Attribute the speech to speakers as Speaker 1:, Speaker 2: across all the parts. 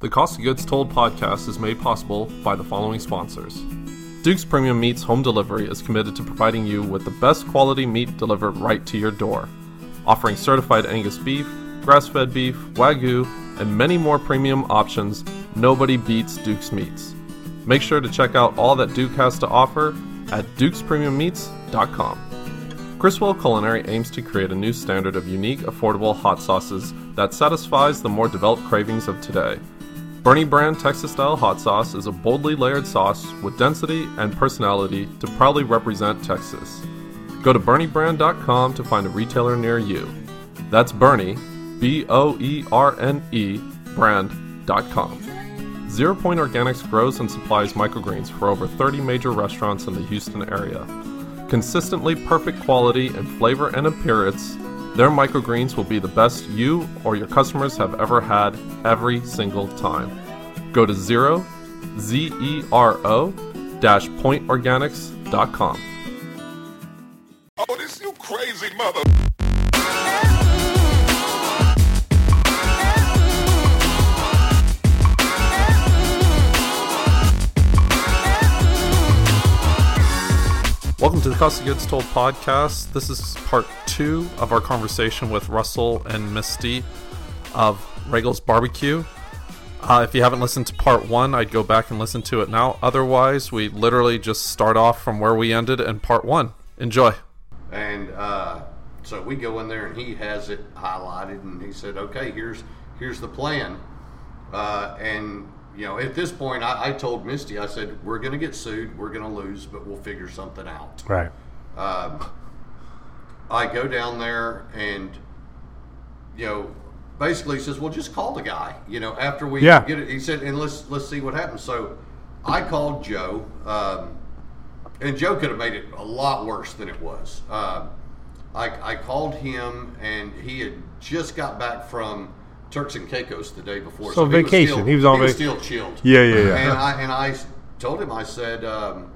Speaker 1: The Cost of Goods Told podcast is made possible by the following sponsors. Duke's Premium Meats Home Delivery is committed to providing you with the best quality meat delivered right to your door, offering certified Angus beef, grass fed beef, wagyu, and many more premium options. Nobody beats Duke's Meats. Make sure to check out all that Duke has to offer at dukespremiummeats.com. Criswell Culinary aims to create a new standard of unique, affordable hot sauces that satisfies the more developed cravings of today. Bernie Brand Texas Style Hot Sauce is a boldly layered sauce with density and personality to proudly represent Texas. Go to BernieBrand.com to find a retailer near you. That's Bernie, B O E R N E, brand.com. Zero Point Organics grows and supplies microgreens for over 30 major restaurants in the Houston area consistently perfect quality in flavor and appearance, their microgreens will be the best you or your customers have ever had every single time. Go to zero, Z E R O, dash pointorganics.com.
Speaker 2: Oh, this you crazy mother.
Speaker 1: Welcome to the Cost of Goods Told podcast. This is part two of our conversation with Russell and Misty of Regal's Barbecue. Uh, if you haven't listened to part one, I'd go back and listen to it now. Otherwise, we literally just start off from where we ended in part one. Enjoy.
Speaker 3: And uh, so we go in there, and he has it highlighted, and he said, "Okay, here's here's the plan." Uh, and you know, at this point, I, I told Misty, I said, "We're going to get sued, we're going to lose, but we'll figure something out."
Speaker 4: Right.
Speaker 3: Um, I go down there, and you know, basically says, "Well, just call the guy." You know, after we
Speaker 4: Yeah.
Speaker 3: get it, he said, "And let's let's see what happens." So I called Joe. Um, and Joe could have made it a lot worse than it was. Um I, I called him, and he had just got back from Turks and Caicos the day before.
Speaker 4: So vacation. He was on vac-
Speaker 3: still chilled.
Speaker 4: Yeah, yeah, yeah.
Speaker 3: And I and I s- told him. I said, um,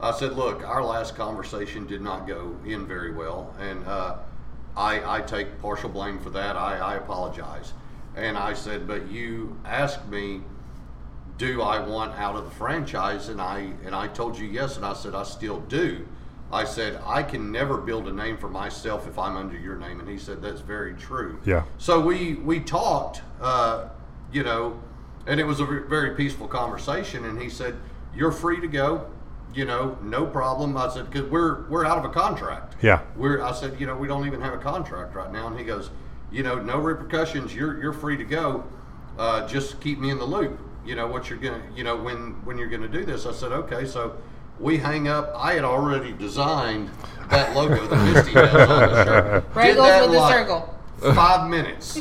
Speaker 3: I said, look, our last conversation did not go in very well, and uh, I I take partial blame for that. I, I apologize. And I said, but you asked me do I want out of the franchise? And I and I told you yes, and I said I still do. I said I can never build a name for myself if I'm under your name, and he said that's very true.
Speaker 4: Yeah.
Speaker 3: So we we talked, uh, you know, and it was a ve- very peaceful conversation. And he said, "You're free to go, you know, no problem." I said, "Cause we're we're out of a contract."
Speaker 4: Yeah.
Speaker 3: We're I said, you know, we don't even have a contract right now, and he goes, you know, no repercussions. You're you're free to go. Uh, just keep me in the loop. You know what you're gonna, you know when when you're gonna do this. I said, okay, so. We hang up. I had already designed that logo that Misty has on the shirt. Did
Speaker 5: Wriggles
Speaker 3: that
Speaker 5: with
Speaker 3: in
Speaker 5: a
Speaker 3: like
Speaker 5: circle.
Speaker 3: Five minutes.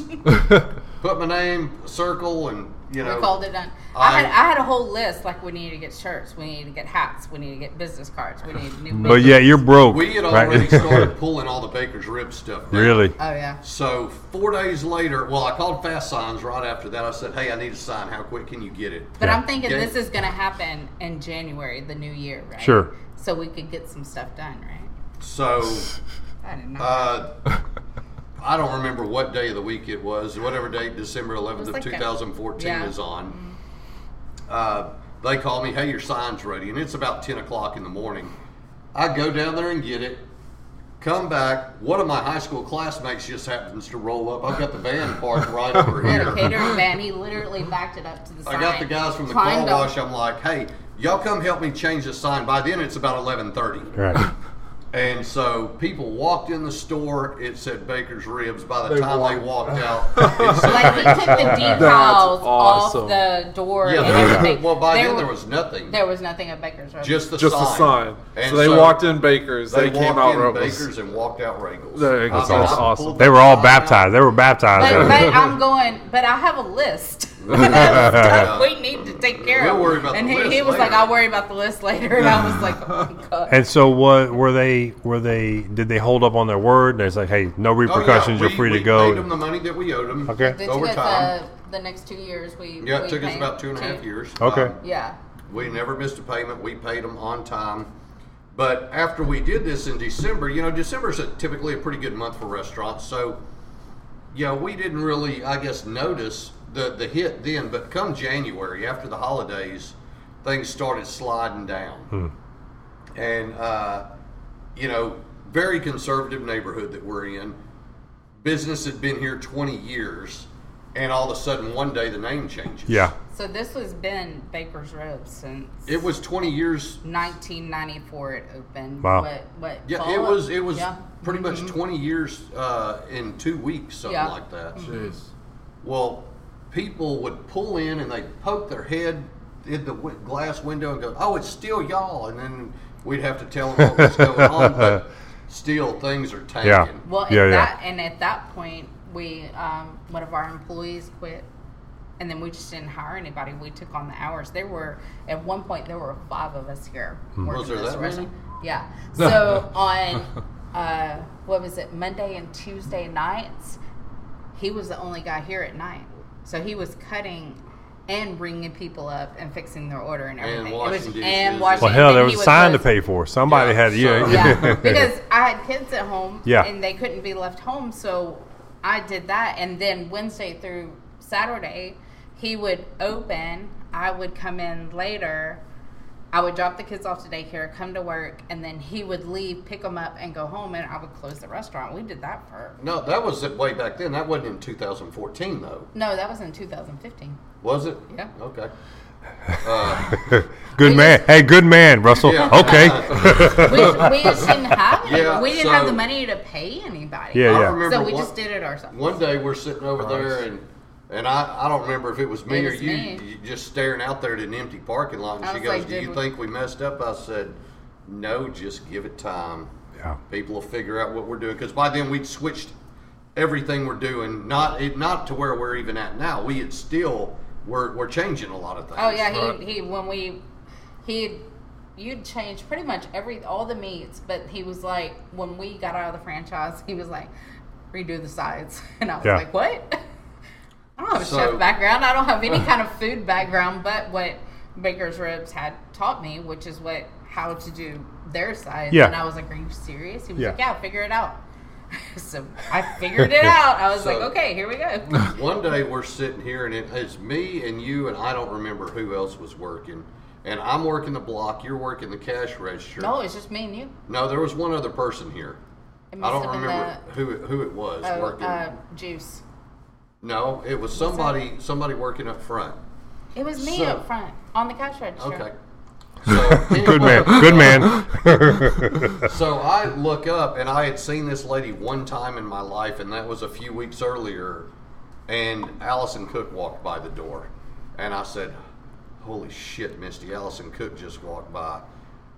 Speaker 3: Put my name, circle, and you know.
Speaker 5: We called it done. I, had
Speaker 3: I-
Speaker 5: I had a whole list like we needed to get shirts, we needed to get hats, we needed to get business cards, we needed new.
Speaker 4: But yeah, you're broke.
Speaker 3: We had
Speaker 4: right?
Speaker 3: already started pulling all the Baker's Rib stuff. down.
Speaker 4: really?
Speaker 5: Oh yeah.
Speaker 3: So four days later, well, I called Fast Signs right after that. I said, "Hey, I need a sign. How quick can you get it?"
Speaker 5: But
Speaker 4: Yeah.
Speaker 5: I'm thinking
Speaker 3: Yeah.
Speaker 5: this is going to happen in January, the new year, right?
Speaker 4: Sure.
Speaker 5: So we could get some stuff done, right?
Speaker 3: So
Speaker 5: I didn't know.
Speaker 3: uh, I don't remember what day of the week it was. Whatever day December 11th of
Speaker 5: like a-
Speaker 3: 2014
Speaker 5: yeah. Mm-hmm.
Speaker 3: is on. Uh, they call me, "Hey, your sign's ready," and it's about 10 o'clock in the morning. I go down there and get it. Come back. One of my high school classmates just happens to roll up. I've got the van parked right over
Speaker 5: He
Speaker 3: here.
Speaker 5: had a catering van. He literally backed it up to the
Speaker 3: I
Speaker 5: sign.
Speaker 3: got the guys from the car
Speaker 5: climbed up-
Speaker 3: wash. I'm like, hey, y'all come help me change the sign. By then, it's about 11:30,
Speaker 4: Right.
Speaker 3: and so people walked in the store. It said Baker's Ribs. By the time they walked out, it said,
Speaker 5: Like he took the decals off
Speaker 1: awesome.
Speaker 5: the door
Speaker 3: yeah,
Speaker 5: and
Speaker 3: there
Speaker 5: everything.
Speaker 3: was, well, by then
Speaker 5: were-
Speaker 3: there was nothing.
Speaker 5: there was nothing at Baker's. Right?
Speaker 3: just the
Speaker 1: Just
Speaker 3: sign.
Speaker 1: a sign.
Speaker 3: And
Speaker 1: so they walked in Bakers, they, came
Speaker 3: walked
Speaker 1: out
Speaker 3: in
Speaker 1: Robles.
Speaker 3: Baker's and walked out Regals.
Speaker 1: There you go.
Speaker 3: I mean, I
Speaker 1: That's awesome.
Speaker 3: pulled
Speaker 4: They
Speaker 3: the
Speaker 4: were all
Speaker 3: sign out.
Speaker 4: baptized. They were baptized.
Speaker 5: But, but I'm going. But I have a list. Stuff we need to take care of.
Speaker 3: We'll worry about
Speaker 5: and
Speaker 3: the
Speaker 5: he,
Speaker 3: list
Speaker 5: he was like,
Speaker 3: later.
Speaker 5: "I'll worry about the list later." And I was like, "Oh my god."
Speaker 4: and so what were they were they did they hold up on their word? They was like, "Hey, no
Speaker 3: Oh, yeah,
Speaker 4: repercussions.
Speaker 3: we-
Speaker 4: You're free
Speaker 3: we
Speaker 4: to
Speaker 3: Paid them
Speaker 4: go."
Speaker 3: the money that we owed them.
Speaker 4: Okay.
Speaker 5: They
Speaker 3: over
Speaker 5: took us,
Speaker 3: time.
Speaker 5: uh, the next two years. We
Speaker 3: yeah,
Speaker 5: we
Speaker 3: it took us
Speaker 5: paid
Speaker 3: about two and a half
Speaker 5: two-
Speaker 3: years.
Speaker 4: Okay.
Speaker 3: Um,
Speaker 5: Yeah,
Speaker 3: We never missed a payment. We paid them on time. But after we did this in December, you know, December is typically a pretty good month for restaurants. So, yeah, we didn't really, I guess, notice the the hit then, but come January after the holidays, things started sliding down, and uh, you know, very conservative neighborhood that we're in. Business had been here twenty years, and all of a sudden one day the name changes.
Speaker 4: Yeah.
Speaker 5: So this has been Baker's Road since
Speaker 3: it was twenty years
Speaker 5: 1994. It opened.
Speaker 4: Wow.
Speaker 5: What? What?
Speaker 3: Yeah,
Speaker 5: fall
Speaker 3: it
Speaker 5: of-
Speaker 3: was it was
Speaker 5: yeah. Mm-hmm.
Speaker 3: pretty much twenty years uh, in two weeks, something
Speaker 5: Yeah. Mm-hmm.
Speaker 3: like that.
Speaker 1: Jeez.
Speaker 3: Well, people would pull in and they'd poke their head in the w- glass window and go, "Oh, it's still y'all," and then we'd have to tell them what was going on. But still, things are tanking.
Speaker 4: Yeah.
Speaker 5: Well, at
Speaker 4: Yeah, yeah.
Speaker 5: that and at that point, we um, one of our employees quit, and then we just didn't hire anybody. We took on the hours. There were at one point there were five of us here.
Speaker 4: Hmm.
Speaker 5: working
Speaker 3: Was there
Speaker 5: this
Speaker 3: that many?
Speaker 5: restaurant. Yeah. So on uh, what was it Monday and Tuesday nights, he was the only guy here at night. So he was cutting. And ringing people up and fixing their order and everything. It was-
Speaker 3: washing dishes.
Speaker 5: and washing-
Speaker 4: Well, hell,
Speaker 5: and
Speaker 4: there
Speaker 5: he
Speaker 4: was a sign to
Speaker 5: close-
Speaker 4: pay for. Somebody
Speaker 3: Yeah,
Speaker 4: had, yeah.
Speaker 3: so-
Speaker 5: yeah, because I had kids at home,
Speaker 4: Yeah.
Speaker 5: and they couldn't be left home, so I did that. And then Wednesday through Saturday, he would open. I would come in later. I would drop the kids off to daycare, come to work, and then he would leave, pick them up, and go home, and I would close the restaurant. We did that for
Speaker 3: No, that was it way back then. That wasn't in 2014 though,
Speaker 5: no, that was in 2015.
Speaker 3: was it?
Speaker 5: Yeah.
Speaker 3: Okay.
Speaker 4: Good man. Hey, good man, Russell.
Speaker 3: Yeah.
Speaker 4: Okay.
Speaker 5: We, we just didn't have any,
Speaker 3: Yeah,
Speaker 5: we didn't
Speaker 3: so-
Speaker 5: have the money to pay anybody.
Speaker 4: Yeah,
Speaker 3: I
Speaker 4: yeah.
Speaker 3: remember
Speaker 5: so we
Speaker 3: one-
Speaker 5: just did it ourselves.
Speaker 3: One day we're sitting over there and and I, I don't remember if it was me
Speaker 5: It
Speaker 3: or
Speaker 5: was
Speaker 3: you,
Speaker 5: me.
Speaker 3: you just staring out there at an empty parking lot and
Speaker 5: I
Speaker 3: she
Speaker 5: was
Speaker 3: goes,
Speaker 5: like,
Speaker 3: "Do you
Speaker 5: "Did we-"
Speaker 3: think we messed up?" I said, "No, just give it time.
Speaker 4: Yeah.
Speaker 3: People will figure out what we're doing because by then we'd switched everything we're doing, not it, not to where we're even at now. We had still we're, we're changing a lot of things.
Speaker 5: Oh yeah,
Speaker 1: Right.
Speaker 5: he, he when we he you'd change pretty much every all the meats, but he was like when we got out of the franchise, he was like redo the sides, and I was
Speaker 4: Yeah.
Speaker 5: like, what? I don't have a
Speaker 3: So-
Speaker 5: chef background. I don't have any kind of food background, but what Baker's Ribs had taught me, which is what how to do their sides,
Speaker 4: Yeah.
Speaker 5: and I was like, are you serious? He was
Speaker 4: Yeah.
Speaker 5: like, yeah, figure it out. so I figured it out. I was
Speaker 3: So-
Speaker 5: like, okay, here we go.
Speaker 3: One day we're sitting here and it, it's me and you and I don't remember who else was working. And I'm working the block, you're working the cash register.
Speaker 5: no, it's just me and you.
Speaker 3: No, there was one other person here.
Speaker 5: It
Speaker 3: I
Speaker 5: must
Speaker 3: don't
Speaker 5: have been
Speaker 3: remember who it, who it was
Speaker 5: the, oh,
Speaker 3: working.
Speaker 5: uh, juice.
Speaker 3: no, it was somebody somebody working up front.
Speaker 5: It was me
Speaker 3: So-
Speaker 5: up front on the cash register.
Speaker 3: Okay. So,
Speaker 4: Good man. Good man.
Speaker 3: So I look up and I had seen this lady one time in my life, and that was a few weeks earlier. And Allison Cook walked by the door, and I said, "Holy shit, Misty! Allison Cook just walked by."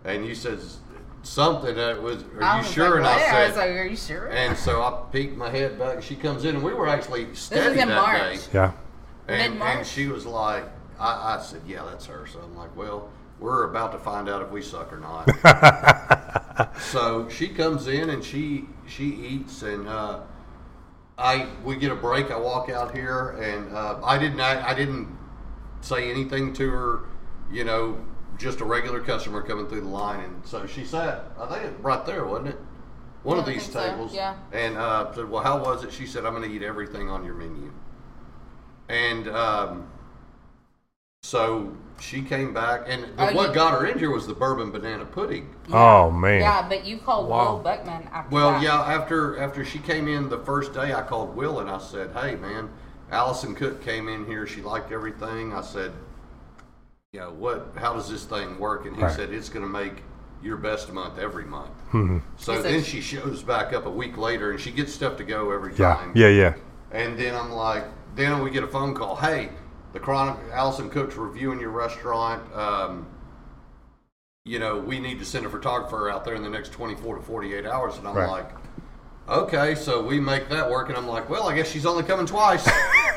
Speaker 3: And you says something that was, "Are
Speaker 5: I
Speaker 3: you
Speaker 5: was
Speaker 3: sure?"
Speaker 5: Like,
Speaker 3: and
Speaker 5: "What?"
Speaker 3: I said,
Speaker 5: was like, "Are you sure?"
Speaker 3: and so I peeked my head back. She comes in, and we were actually steady
Speaker 5: in
Speaker 3: that
Speaker 5: March.
Speaker 3: day.
Speaker 4: Yeah.
Speaker 3: And,
Speaker 5: Mid-March?
Speaker 3: and she was like, I, I said, yeah, that's her. So I'm like, well, we're about to find out if we suck or not. so she comes in and she she eats and uh, I we get a break. I walk out here and uh, I didn't I, I didn't say anything to her. You know, just a regular customer coming through the line, and so she sat. I think it right there, wasn't it? One of
Speaker 5: Yeah, I
Speaker 3: these
Speaker 5: think so,
Speaker 3: tables.
Speaker 5: yeah.
Speaker 3: And uh, said, well, how was it? She said, I'm going to eat everything on your menu. And um, so she came back, and the-
Speaker 5: Oh,
Speaker 3: what
Speaker 5: you-
Speaker 3: got her in here was the bourbon banana pudding.
Speaker 4: Oh man.
Speaker 5: yeah, but you called
Speaker 1: Wow.
Speaker 5: Will Buckman after
Speaker 3: Well,
Speaker 5: that.
Speaker 3: yeah. After after she came in the first day, I called Will and I said, "Hey, man, Allison Cook came in here. She liked everything." I said, "You know what? How does this thing work?" And he
Speaker 4: Right.
Speaker 3: said, "It's going to make your best month every month."
Speaker 4: Mm-hmm.
Speaker 3: So
Speaker 5: He said-
Speaker 3: then she shows back up a week later, and she gets stuff to go every
Speaker 4: Yeah.
Speaker 3: time.
Speaker 4: Yeah. Yeah.
Speaker 3: And then I'm like, then we get a phone call. Hey, the Chronic Allison Cook's reviewing your restaurant. Um, you know, we need to send a photographer out there in the next 24 to 48 hours. And I'm
Speaker 4: Right.
Speaker 3: like, okay, so we make that work. And I'm like, well, I guess she's only coming twice.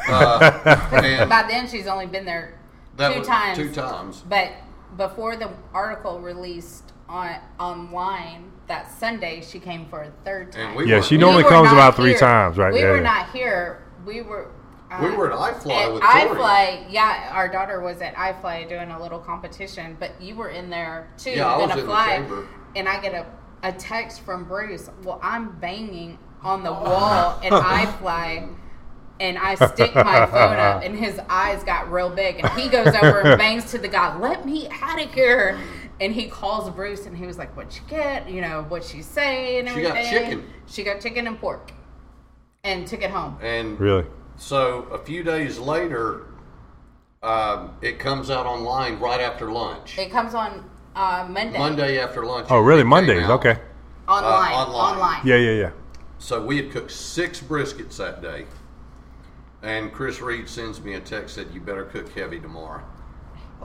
Speaker 3: uh, and
Speaker 5: By then, she's only been there
Speaker 3: that
Speaker 5: two
Speaker 3: was
Speaker 5: times.
Speaker 3: Two times.
Speaker 5: But before the article released on online that Sunday, she came for a third time.
Speaker 3: And we
Speaker 4: Yeah,
Speaker 3: were-
Speaker 4: she
Speaker 5: We
Speaker 4: normally
Speaker 5: were
Speaker 4: comes
Speaker 5: not
Speaker 4: about three
Speaker 5: here.
Speaker 4: times, right?
Speaker 5: We
Speaker 4: yeah,
Speaker 5: were
Speaker 4: yeah.
Speaker 5: not here. We were. uh,
Speaker 3: We were at iFly
Speaker 5: at
Speaker 3: with Tori.
Speaker 5: iFly, yeah, our daughter was at iFly doing a little competition, but you were in there too.
Speaker 3: Yeah, I
Speaker 5: doing
Speaker 3: was
Speaker 5: a
Speaker 3: in the
Speaker 5: fly,
Speaker 3: chamber.
Speaker 5: And I get a, a text from Bruce. Well, I'm banging on the wall at iFly and I stick my phone up, and his eyes got real big, and he goes over and bangs to the guy, "Let me out of here!" And he calls Bruce, and he was like, "What you get? You know what she say and
Speaker 3: She got
Speaker 5: everything."
Speaker 3: chicken.
Speaker 5: She got chicken and pork, and took it home.
Speaker 3: And
Speaker 4: Really?
Speaker 3: so a few days later, um, it comes out online right after lunch.
Speaker 5: It comes on uh, Monday.
Speaker 3: Monday after lunch.
Speaker 4: Oh, really?
Speaker 3: it came
Speaker 4: Mondays?
Speaker 3: out.
Speaker 4: Okay.
Speaker 5: Online.
Speaker 3: Uh, online.
Speaker 5: online.
Speaker 4: Yeah, yeah, yeah.
Speaker 3: So we had cooked six briskets that day, and Chris Reed sends me a text said, "You better cook heavy tomorrow."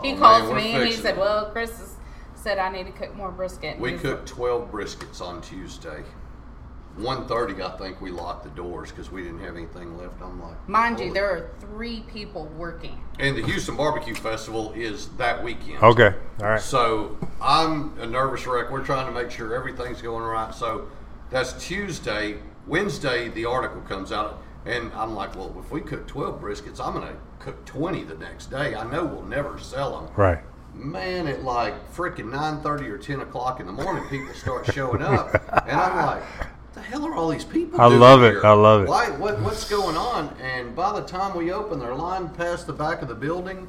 Speaker 5: He
Speaker 3: Oh, man,
Speaker 5: calls
Speaker 3: we're
Speaker 5: me and he
Speaker 3: fixing
Speaker 5: said,
Speaker 3: it.
Speaker 5: "Well, Chris is, said I need to cook more brisket."
Speaker 3: We
Speaker 5: He's-
Speaker 3: cooked twelve briskets on Tuesday. 1.30, I think we locked the doors because we didn't have anything left. I'm like,
Speaker 5: Mind you,
Speaker 3: "Holy
Speaker 5: there are three people working.
Speaker 3: And the Houston Barbecue Festival is that weekend.
Speaker 4: Okay. All right.
Speaker 3: So I'm a nervous wreck. We're trying to make sure everything's going right. So that's Tuesday. Wednesday, the article comes out. And I'm like, well, if we cook 12 briskets, I'm going to cook 20 the next day. I know we'll never sell them.
Speaker 4: Right.
Speaker 3: Man, at like freaking 9.30 or 10 o'clock in the morning, people start showing up. And I'm like, what the hell are all these people
Speaker 4: I
Speaker 3: doing
Speaker 4: love it.
Speaker 3: here?
Speaker 4: I love it.
Speaker 3: Why, what, what's going on? And by the time we open, they're lying past the back of the building.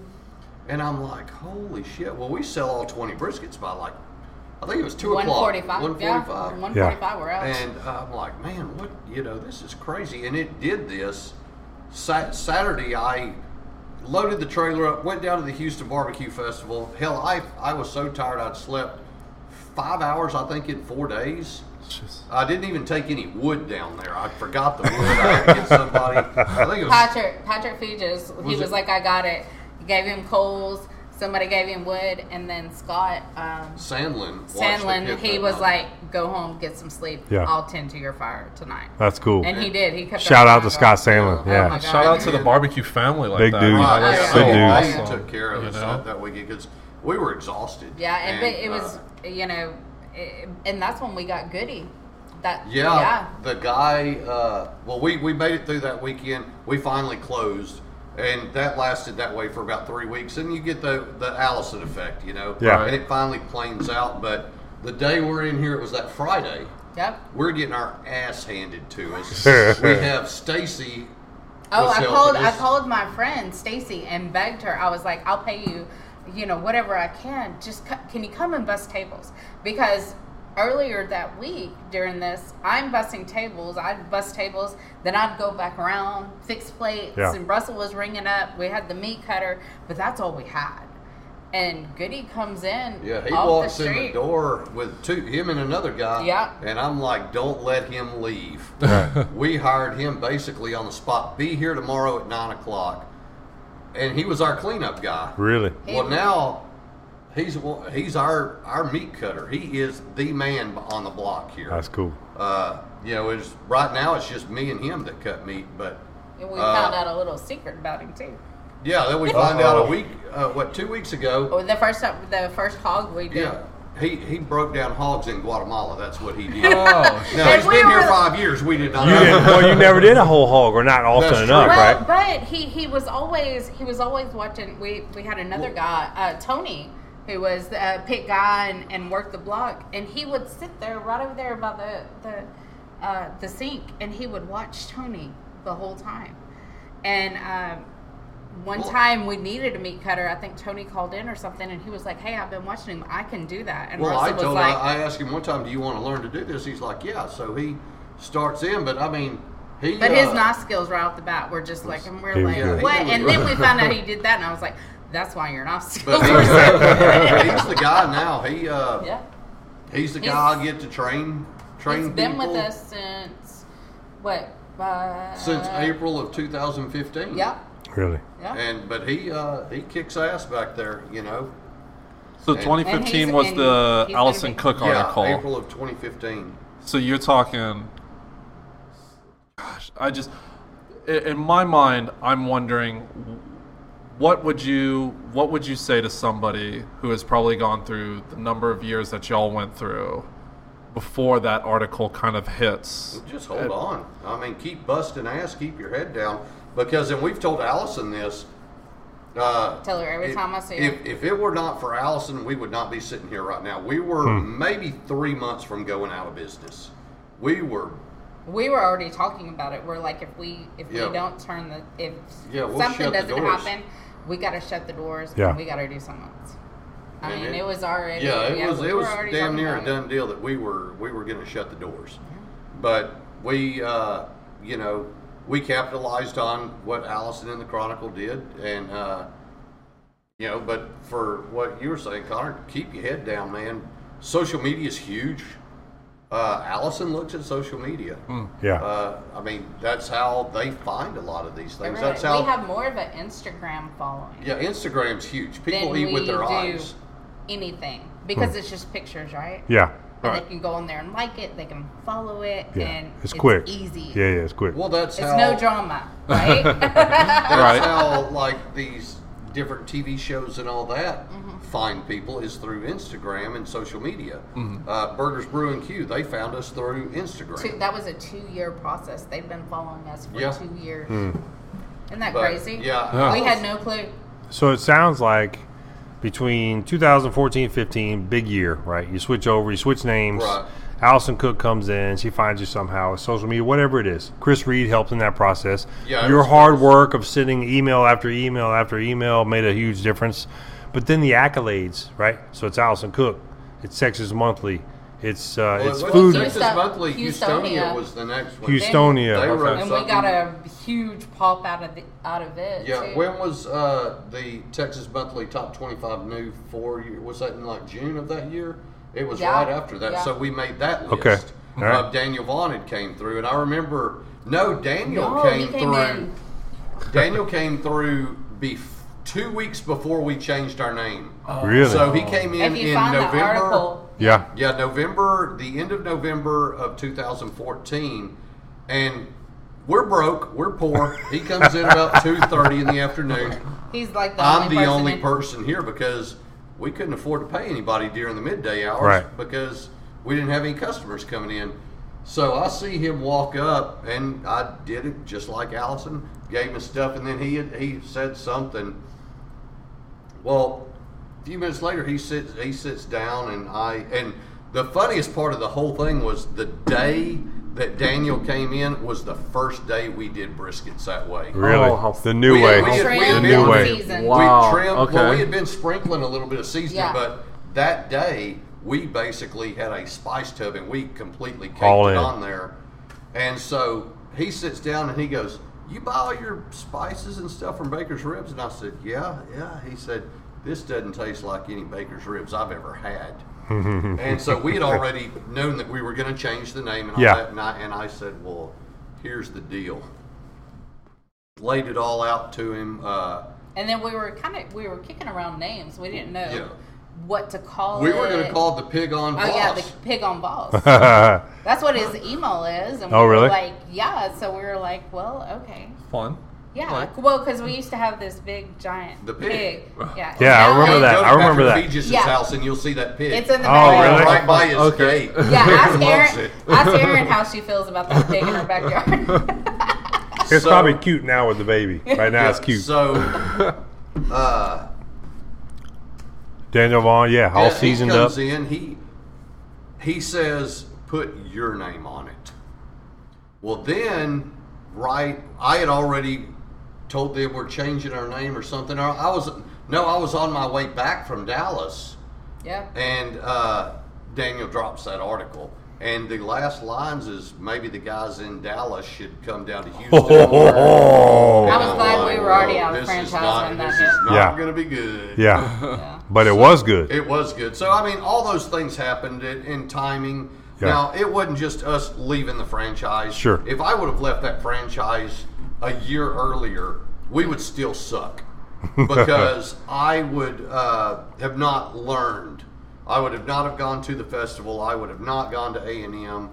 Speaker 3: And I'm like, holy shit. Well, we sell all 20 briskets by like, I think it was 2
Speaker 5: One
Speaker 3: o'clock.
Speaker 5: forty-five. Yeah,
Speaker 3: 145.
Speaker 5: one forty-five. We're out.
Speaker 3: And I'm like, man, what? You know, this is crazy. And it did this Sa- Saturday. I loaded the trailer up, went down to the Houston Barbecue Festival. Hell, I I was so tired I'd slept five hours, I think, in four days. I didn't even take any wood down there. I forgot the wood. I had to get somebody. I think it was
Speaker 5: Patrick Patrick Fugis, he
Speaker 3: Was
Speaker 5: was,
Speaker 3: it-
Speaker 5: like, "I got it." Gave him coals. Somebody gave him wood, and then Scott um,
Speaker 3: Sandlin. watched the
Speaker 5: Sandlin,
Speaker 3: pit
Speaker 5: he
Speaker 3: that
Speaker 5: was
Speaker 3: night.
Speaker 5: like, "Go home, get some sleep.
Speaker 4: Yeah.
Speaker 5: I'll tend to your fire tonight."
Speaker 4: That's cool.
Speaker 5: and he did. He kept.
Speaker 4: Shout
Speaker 5: that
Speaker 4: out to
Speaker 5: fire
Speaker 4: Scott
Speaker 5: going.
Speaker 4: Sandlin.
Speaker 3: Yeah.
Speaker 5: Oh my
Speaker 4: Yeah.
Speaker 5: God.
Speaker 1: Shout out to the barbecue family like
Speaker 4: Big
Speaker 1: that.
Speaker 4: dude.
Speaker 1: Wow, that's
Speaker 5: Yeah.
Speaker 1: so
Speaker 4: Big dude.
Speaker 3: They
Speaker 1: awesome,
Speaker 3: took care of
Speaker 1: you
Speaker 3: us
Speaker 1: know?
Speaker 3: that weekend because we were exhausted.
Speaker 5: Yeah, and, but it was
Speaker 3: uh,
Speaker 5: you know, it, and that's when we got Goody. That
Speaker 3: Yeah,
Speaker 5: yeah.
Speaker 3: the guy. Uh, well, we we made it through that weekend. We finally closed, and that lasted that way for about three weeks. And you get the the Allison effect, you know.
Speaker 4: Yeah.
Speaker 3: And it finally planes out. But the day we're in here, it was that Friday.
Speaker 5: Yep.
Speaker 3: We're getting our ass handed to us. we have Stacy.
Speaker 5: Oh,
Speaker 3: was
Speaker 5: I
Speaker 3: helping
Speaker 5: called. I
Speaker 3: us.
Speaker 5: called my friend Stacy and begged her. I was like, "I'll pay you, you know, whatever I can. Just co- can you come and bust tables?" Because earlier that week during this, I'm busting tables. I'd bust tables, then I'd go back around, fix plates,
Speaker 4: Yeah.
Speaker 5: and Russell was ringing up. We had the meat cutter, but that's all we had. And Goody comes in.
Speaker 3: Yeah, he
Speaker 5: off
Speaker 3: walks
Speaker 5: the
Speaker 3: in the
Speaker 5: street.
Speaker 3: door with two him and another guy.
Speaker 5: Yeah.
Speaker 3: And I'm like, don't let him leave.
Speaker 4: Right.
Speaker 3: we hired him basically on the spot. Be here tomorrow at nine o'clock. And he was our cleanup guy.
Speaker 4: Really?
Speaker 3: Well, now he's well, he's our our meat cutter. He is the man on the block here.
Speaker 4: That's cool.
Speaker 3: Uh, you know, it's right now it's just me and him that cut meat, but
Speaker 5: And we
Speaker 3: uh,
Speaker 5: found out a little secret about him too.
Speaker 3: yeah, then we find out a
Speaker 4: Uh-oh.
Speaker 3: week, uh, what two weeks ago,
Speaker 5: Oh, the first time, the first hog we did.
Speaker 3: Yeah. He, he broke down hogs in Guatemala. That's what he did.
Speaker 1: Oh,
Speaker 3: now,
Speaker 5: And
Speaker 3: he's
Speaker 5: we
Speaker 3: been here
Speaker 5: were-
Speaker 3: five years. We did not
Speaker 4: You
Speaker 3: know
Speaker 4: didn't,
Speaker 3: that.
Speaker 4: well, you never did a whole hog, or not often
Speaker 3: That's true.
Speaker 4: enough,
Speaker 5: Well,
Speaker 4: right?
Speaker 5: but he he was always he was always watching. We we had another guy, uh, Tony, who was the uh, pit guy and, and worked the block, and he would sit there right over there by the the uh, the sink, and he would watch Tony the whole time. And um, one
Speaker 3: Well-
Speaker 5: time we needed a meat cutter. I think Tony called in or something, and he was like, "Hey, I've been watching him. I can do that." And
Speaker 3: Well, I
Speaker 5: Russell was
Speaker 3: told
Speaker 5: like,
Speaker 3: I, I asked him one time, "Do you want to learn to do this?" He's like, "Yeah." So he starts in, but I mean, he.
Speaker 5: But his
Speaker 3: uh,
Speaker 5: knife skills right off the bat were just like, and we're
Speaker 4: He
Speaker 5: like,
Speaker 4: was good.
Speaker 5: what?
Speaker 3: Yeah, he
Speaker 5: And
Speaker 3: was-
Speaker 5: then we found out he did that, and I was like, that's why your knife skills
Speaker 3: But
Speaker 5: were
Speaker 3: he's,
Speaker 5: so good.
Speaker 3: he's the guy now. He uh,
Speaker 5: yeah.
Speaker 3: he's the guy
Speaker 5: He's-
Speaker 3: I get to train train
Speaker 5: He's been
Speaker 3: people
Speaker 5: with us since, what? Uh,
Speaker 3: since April of 2015.
Speaker 5: Yep.
Speaker 4: Really?
Speaker 5: Yeah.
Speaker 3: And but he uh, he kicks ass back there, you know.
Speaker 1: So
Speaker 3: And-
Speaker 1: 2015
Speaker 5: and
Speaker 1: was
Speaker 5: he's
Speaker 1: the
Speaker 5: gonna be-
Speaker 1: Allison Cook
Speaker 3: yeah,
Speaker 1: article.
Speaker 3: April of 2015.
Speaker 1: So you're talking. Gosh, I just. i- In my mind, I'm wondering, what would you what would you say to somebody who has probably gone through the number of years that y'all went through before that article kind of hits?
Speaker 3: Just hold on. I mean, keep busting ass, keep your head down, because and we've told Allison this. Uh,
Speaker 5: Tell her every
Speaker 3: if-
Speaker 5: time I see her.
Speaker 3: If, if it were not for Allison, we would not be sitting here right now. We were maybe three months from going out of business. We were
Speaker 5: we were already talking about it. We're like, if we if
Speaker 3: Yeah.
Speaker 5: we don't turn the if
Speaker 3: Yeah, we'll
Speaker 5: something
Speaker 3: shut the
Speaker 5: doesn't
Speaker 3: doors.
Speaker 5: happen, we got to shut the doors.
Speaker 4: Yeah.
Speaker 5: and we got to do something else. I
Speaker 3: And
Speaker 5: mean,
Speaker 3: it-
Speaker 5: it, was already
Speaker 3: Yeah, it was
Speaker 5: we
Speaker 3: it
Speaker 5: were
Speaker 3: was
Speaker 5: already
Speaker 3: damn
Speaker 5: talking
Speaker 3: near a
Speaker 5: about it.
Speaker 3: done deal that we were we were going to shut the doors, but we uh, you know we capitalized on what Allison in the Chronicle did, and uh, you know, but for what you were saying, Connor, keep your head down, man. Social media is huge. Uh, Allison looks at social media.
Speaker 4: Yeah.
Speaker 3: Uh, I mean, that's how they find a lot of these things.
Speaker 5: Really,
Speaker 3: That's how
Speaker 5: we have more of an Instagram following.
Speaker 3: yeah, Instagram's huge. People
Speaker 5: than
Speaker 3: eat with
Speaker 5: we
Speaker 3: their
Speaker 5: do
Speaker 3: eyes. Hmm.
Speaker 5: Anything because it's just pictures, right?
Speaker 4: yeah.
Speaker 5: And
Speaker 1: Right.
Speaker 5: They can go on there and like it. They can follow it,
Speaker 4: Yeah.
Speaker 5: and
Speaker 4: it's quick.
Speaker 5: easy.
Speaker 4: Yeah, yeah, it's quick.
Speaker 3: Well, that's
Speaker 5: It's
Speaker 3: how
Speaker 5: no drama, right?
Speaker 1: Right.
Speaker 3: That's how like these different TV shows and all that
Speaker 5: Mm-hmm.
Speaker 3: find people is through Instagram and social media.
Speaker 4: Mm-hmm.
Speaker 3: Uh, Burgers Brew and Q they found us through Instagram.
Speaker 5: Two, that was a two-year process. They've been following us for
Speaker 3: Yeah.
Speaker 5: two years.
Speaker 4: Hmm.
Speaker 5: Isn't that
Speaker 3: But,
Speaker 5: crazy?
Speaker 3: Yeah,
Speaker 1: Yeah.
Speaker 5: We had no clue.
Speaker 4: So it sounds like between 2014 15, big year, right? You switch over, you switch names.
Speaker 3: Right.
Speaker 4: Allison Cook comes in, she finds you somehow, it's social media, whatever it is. Chris Reed helped in that process.
Speaker 3: Yeah, it
Speaker 4: Your
Speaker 3: was-
Speaker 4: hard work of sending email after email after email made a huge difference. But then the accolades, right? So it's Allison Cook, it's Texas Monthly, it's uh,
Speaker 3: Well,
Speaker 4: it's
Speaker 3: it
Speaker 4: food.
Speaker 3: wasn't Texas
Speaker 5: Housto-
Speaker 3: Monthly,
Speaker 5: Houstonia.
Speaker 3: Houstonia was the next one.
Speaker 4: Houstonia.
Speaker 3: They were-
Speaker 4: okay.
Speaker 5: And we
Speaker 3: Something-
Speaker 5: got a huge pop out of the, out of it.
Speaker 3: Yeah,
Speaker 5: too.
Speaker 3: when was uh, the Texas Monthly top twenty-five new for you? Was that in like June of that year? It was
Speaker 5: Yeah,
Speaker 3: right after that,
Speaker 5: yeah.
Speaker 3: so we made that list.
Speaker 4: Okay, all right.
Speaker 3: Uh, Daniel Vaughn had came through, and I remember no Daniel
Speaker 5: No, Oh, he
Speaker 3: came,
Speaker 5: came
Speaker 3: through.
Speaker 5: in.
Speaker 3: Daniel came through bef- two weeks before we changed our name.
Speaker 4: Oh, Really?
Speaker 3: So he came in
Speaker 5: if you
Speaker 3: in
Speaker 5: find
Speaker 3: November.
Speaker 5: the article,
Speaker 4: yeah.
Speaker 3: Yeah, November, the end of November of 2014, and we're broke, we're poor. He comes in about 2:30 in the afternoon.
Speaker 5: he's like the
Speaker 3: I'm
Speaker 5: only
Speaker 3: the
Speaker 5: person.
Speaker 3: only
Speaker 5: in-
Speaker 3: person here because we couldn't afford to pay anybody during the midday hours
Speaker 4: Right.
Speaker 3: because we didn't have any customers coming in. So I see him walk up, and I did it just like Allison gave him stuff, and then he he said something. Well, a few minutes later, he sits he sits down, and I and the funniest part of the whole thing was the day that Daniel came in was the first day we did briskets that way.
Speaker 4: Really?
Speaker 6: Oh, how-
Speaker 4: the new
Speaker 3: We-
Speaker 4: way.
Speaker 3: we-
Speaker 4: the
Speaker 5: Trim
Speaker 3: we-
Speaker 4: new
Speaker 5: on
Speaker 4: way.
Speaker 5: season.
Speaker 6: Wow.
Speaker 3: We trimmed.
Speaker 1: okay.
Speaker 3: Well, we had been sprinkling a little bit of seasoning,
Speaker 5: Yeah.
Speaker 3: but that day we basically had a spice tub and we completely caked
Speaker 4: All
Speaker 3: it
Speaker 4: in.
Speaker 3: on there. And so he sits down and he goes, "You buy all your spices and stuff from Baker's Ribs?" And I said, "Yeah, yeah." He said, "This doesn't taste like any Baker's Ribs I've ever had." and so we had already known that we were going to change the name and all
Speaker 4: Yeah.
Speaker 3: that. And I, and I said, "Well, here's the deal." Laid it all out to him. Uh,
Speaker 5: And then we were kind of we were kicking around names. We didn't know
Speaker 3: Yeah.
Speaker 5: what to call
Speaker 3: We
Speaker 5: it.
Speaker 3: were going to call it the pig on
Speaker 5: Oh
Speaker 3: boss.
Speaker 5: yeah, the pig on balls. That's what his email is. And
Speaker 4: Oh,
Speaker 5: we were
Speaker 4: really?
Speaker 5: like yeah, so we were like, well, okay,
Speaker 1: Fun.
Speaker 5: yeah.
Speaker 1: Like-
Speaker 5: Well, because we used to have this big giant
Speaker 3: The pig.
Speaker 5: Yeah.
Speaker 4: Yeah, I
Speaker 5: Now
Speaker 4: remember
Speaker 5: it's-
Speaker 4: that.
Speaker 3: Go to
Speaker 4: I remember
Speaker 3: Patrick
Speaker 4: that.
Speaker 3: Fige's
Speaker 5: Yeah.
Speaker 3: house and you'll see that pig.
Speaker 5: It's in the
Speaker 4: Oh,
Speaker 5: backyard.
Speaker 4: really?
Speaker 3: right by his
Speaker 1: Okay.
Speaker 3: gate.
Speaker 5: Yeah, ask
Speaker 3: loves
Speaker 5: Erin,
Speaker 3: it.
Speaker 5: ask Erin how she feels about that pig in her backyard.
Speaker 4: It's
Speaker 3: So-
Speaker 4: probably cute now with the baby. Right now it's cute.
Speaker 3: So, uh,
Speaker 4: Daniel Vaughn, yeah, all
Speaker 3: yeah,
Speaker 4: seasoned
Speaker 3: he
Speaker 4: up.
Speaker 3: comes in. He he says, "Put your name on it." Well, then, right? I had already told them we're changing our name or something. I I was no, I was on my way back from Dallas.
Speaker 5: yeah.
Speaker 3: And uh, Daniel drops that article. And the last lines is maybe the guys in Dallas should come down to Houston. Oh,
Speaker 4: Oh,
Speaker 5: I was glad we were already out of
Speaker 3: This
Speaker 5: franchise
Speaker 3: is not,
Speaker 5: when that
Speaker 3: This
Speaker 5: hit.
Speaker 3: is not
Speaker 4: Yeah.
Speaker 3: going to be good.
Speaker 4: yeah,
Speaker 5: yeah.
Speaker 4: but it was good.
Speaker 3: It was good. So, I mean, all those things happened in, in timing.
Speaker 4: Yeah.
Speaker 3: Now, it wasn't just us leaving the franchise.
Speaker 4: Sure.
Speaker 3: If I would have left that franchise a year earlier, we would still suck because I would uh, have not learned. I would have not have gone to the festival. I would have not gone to A&M.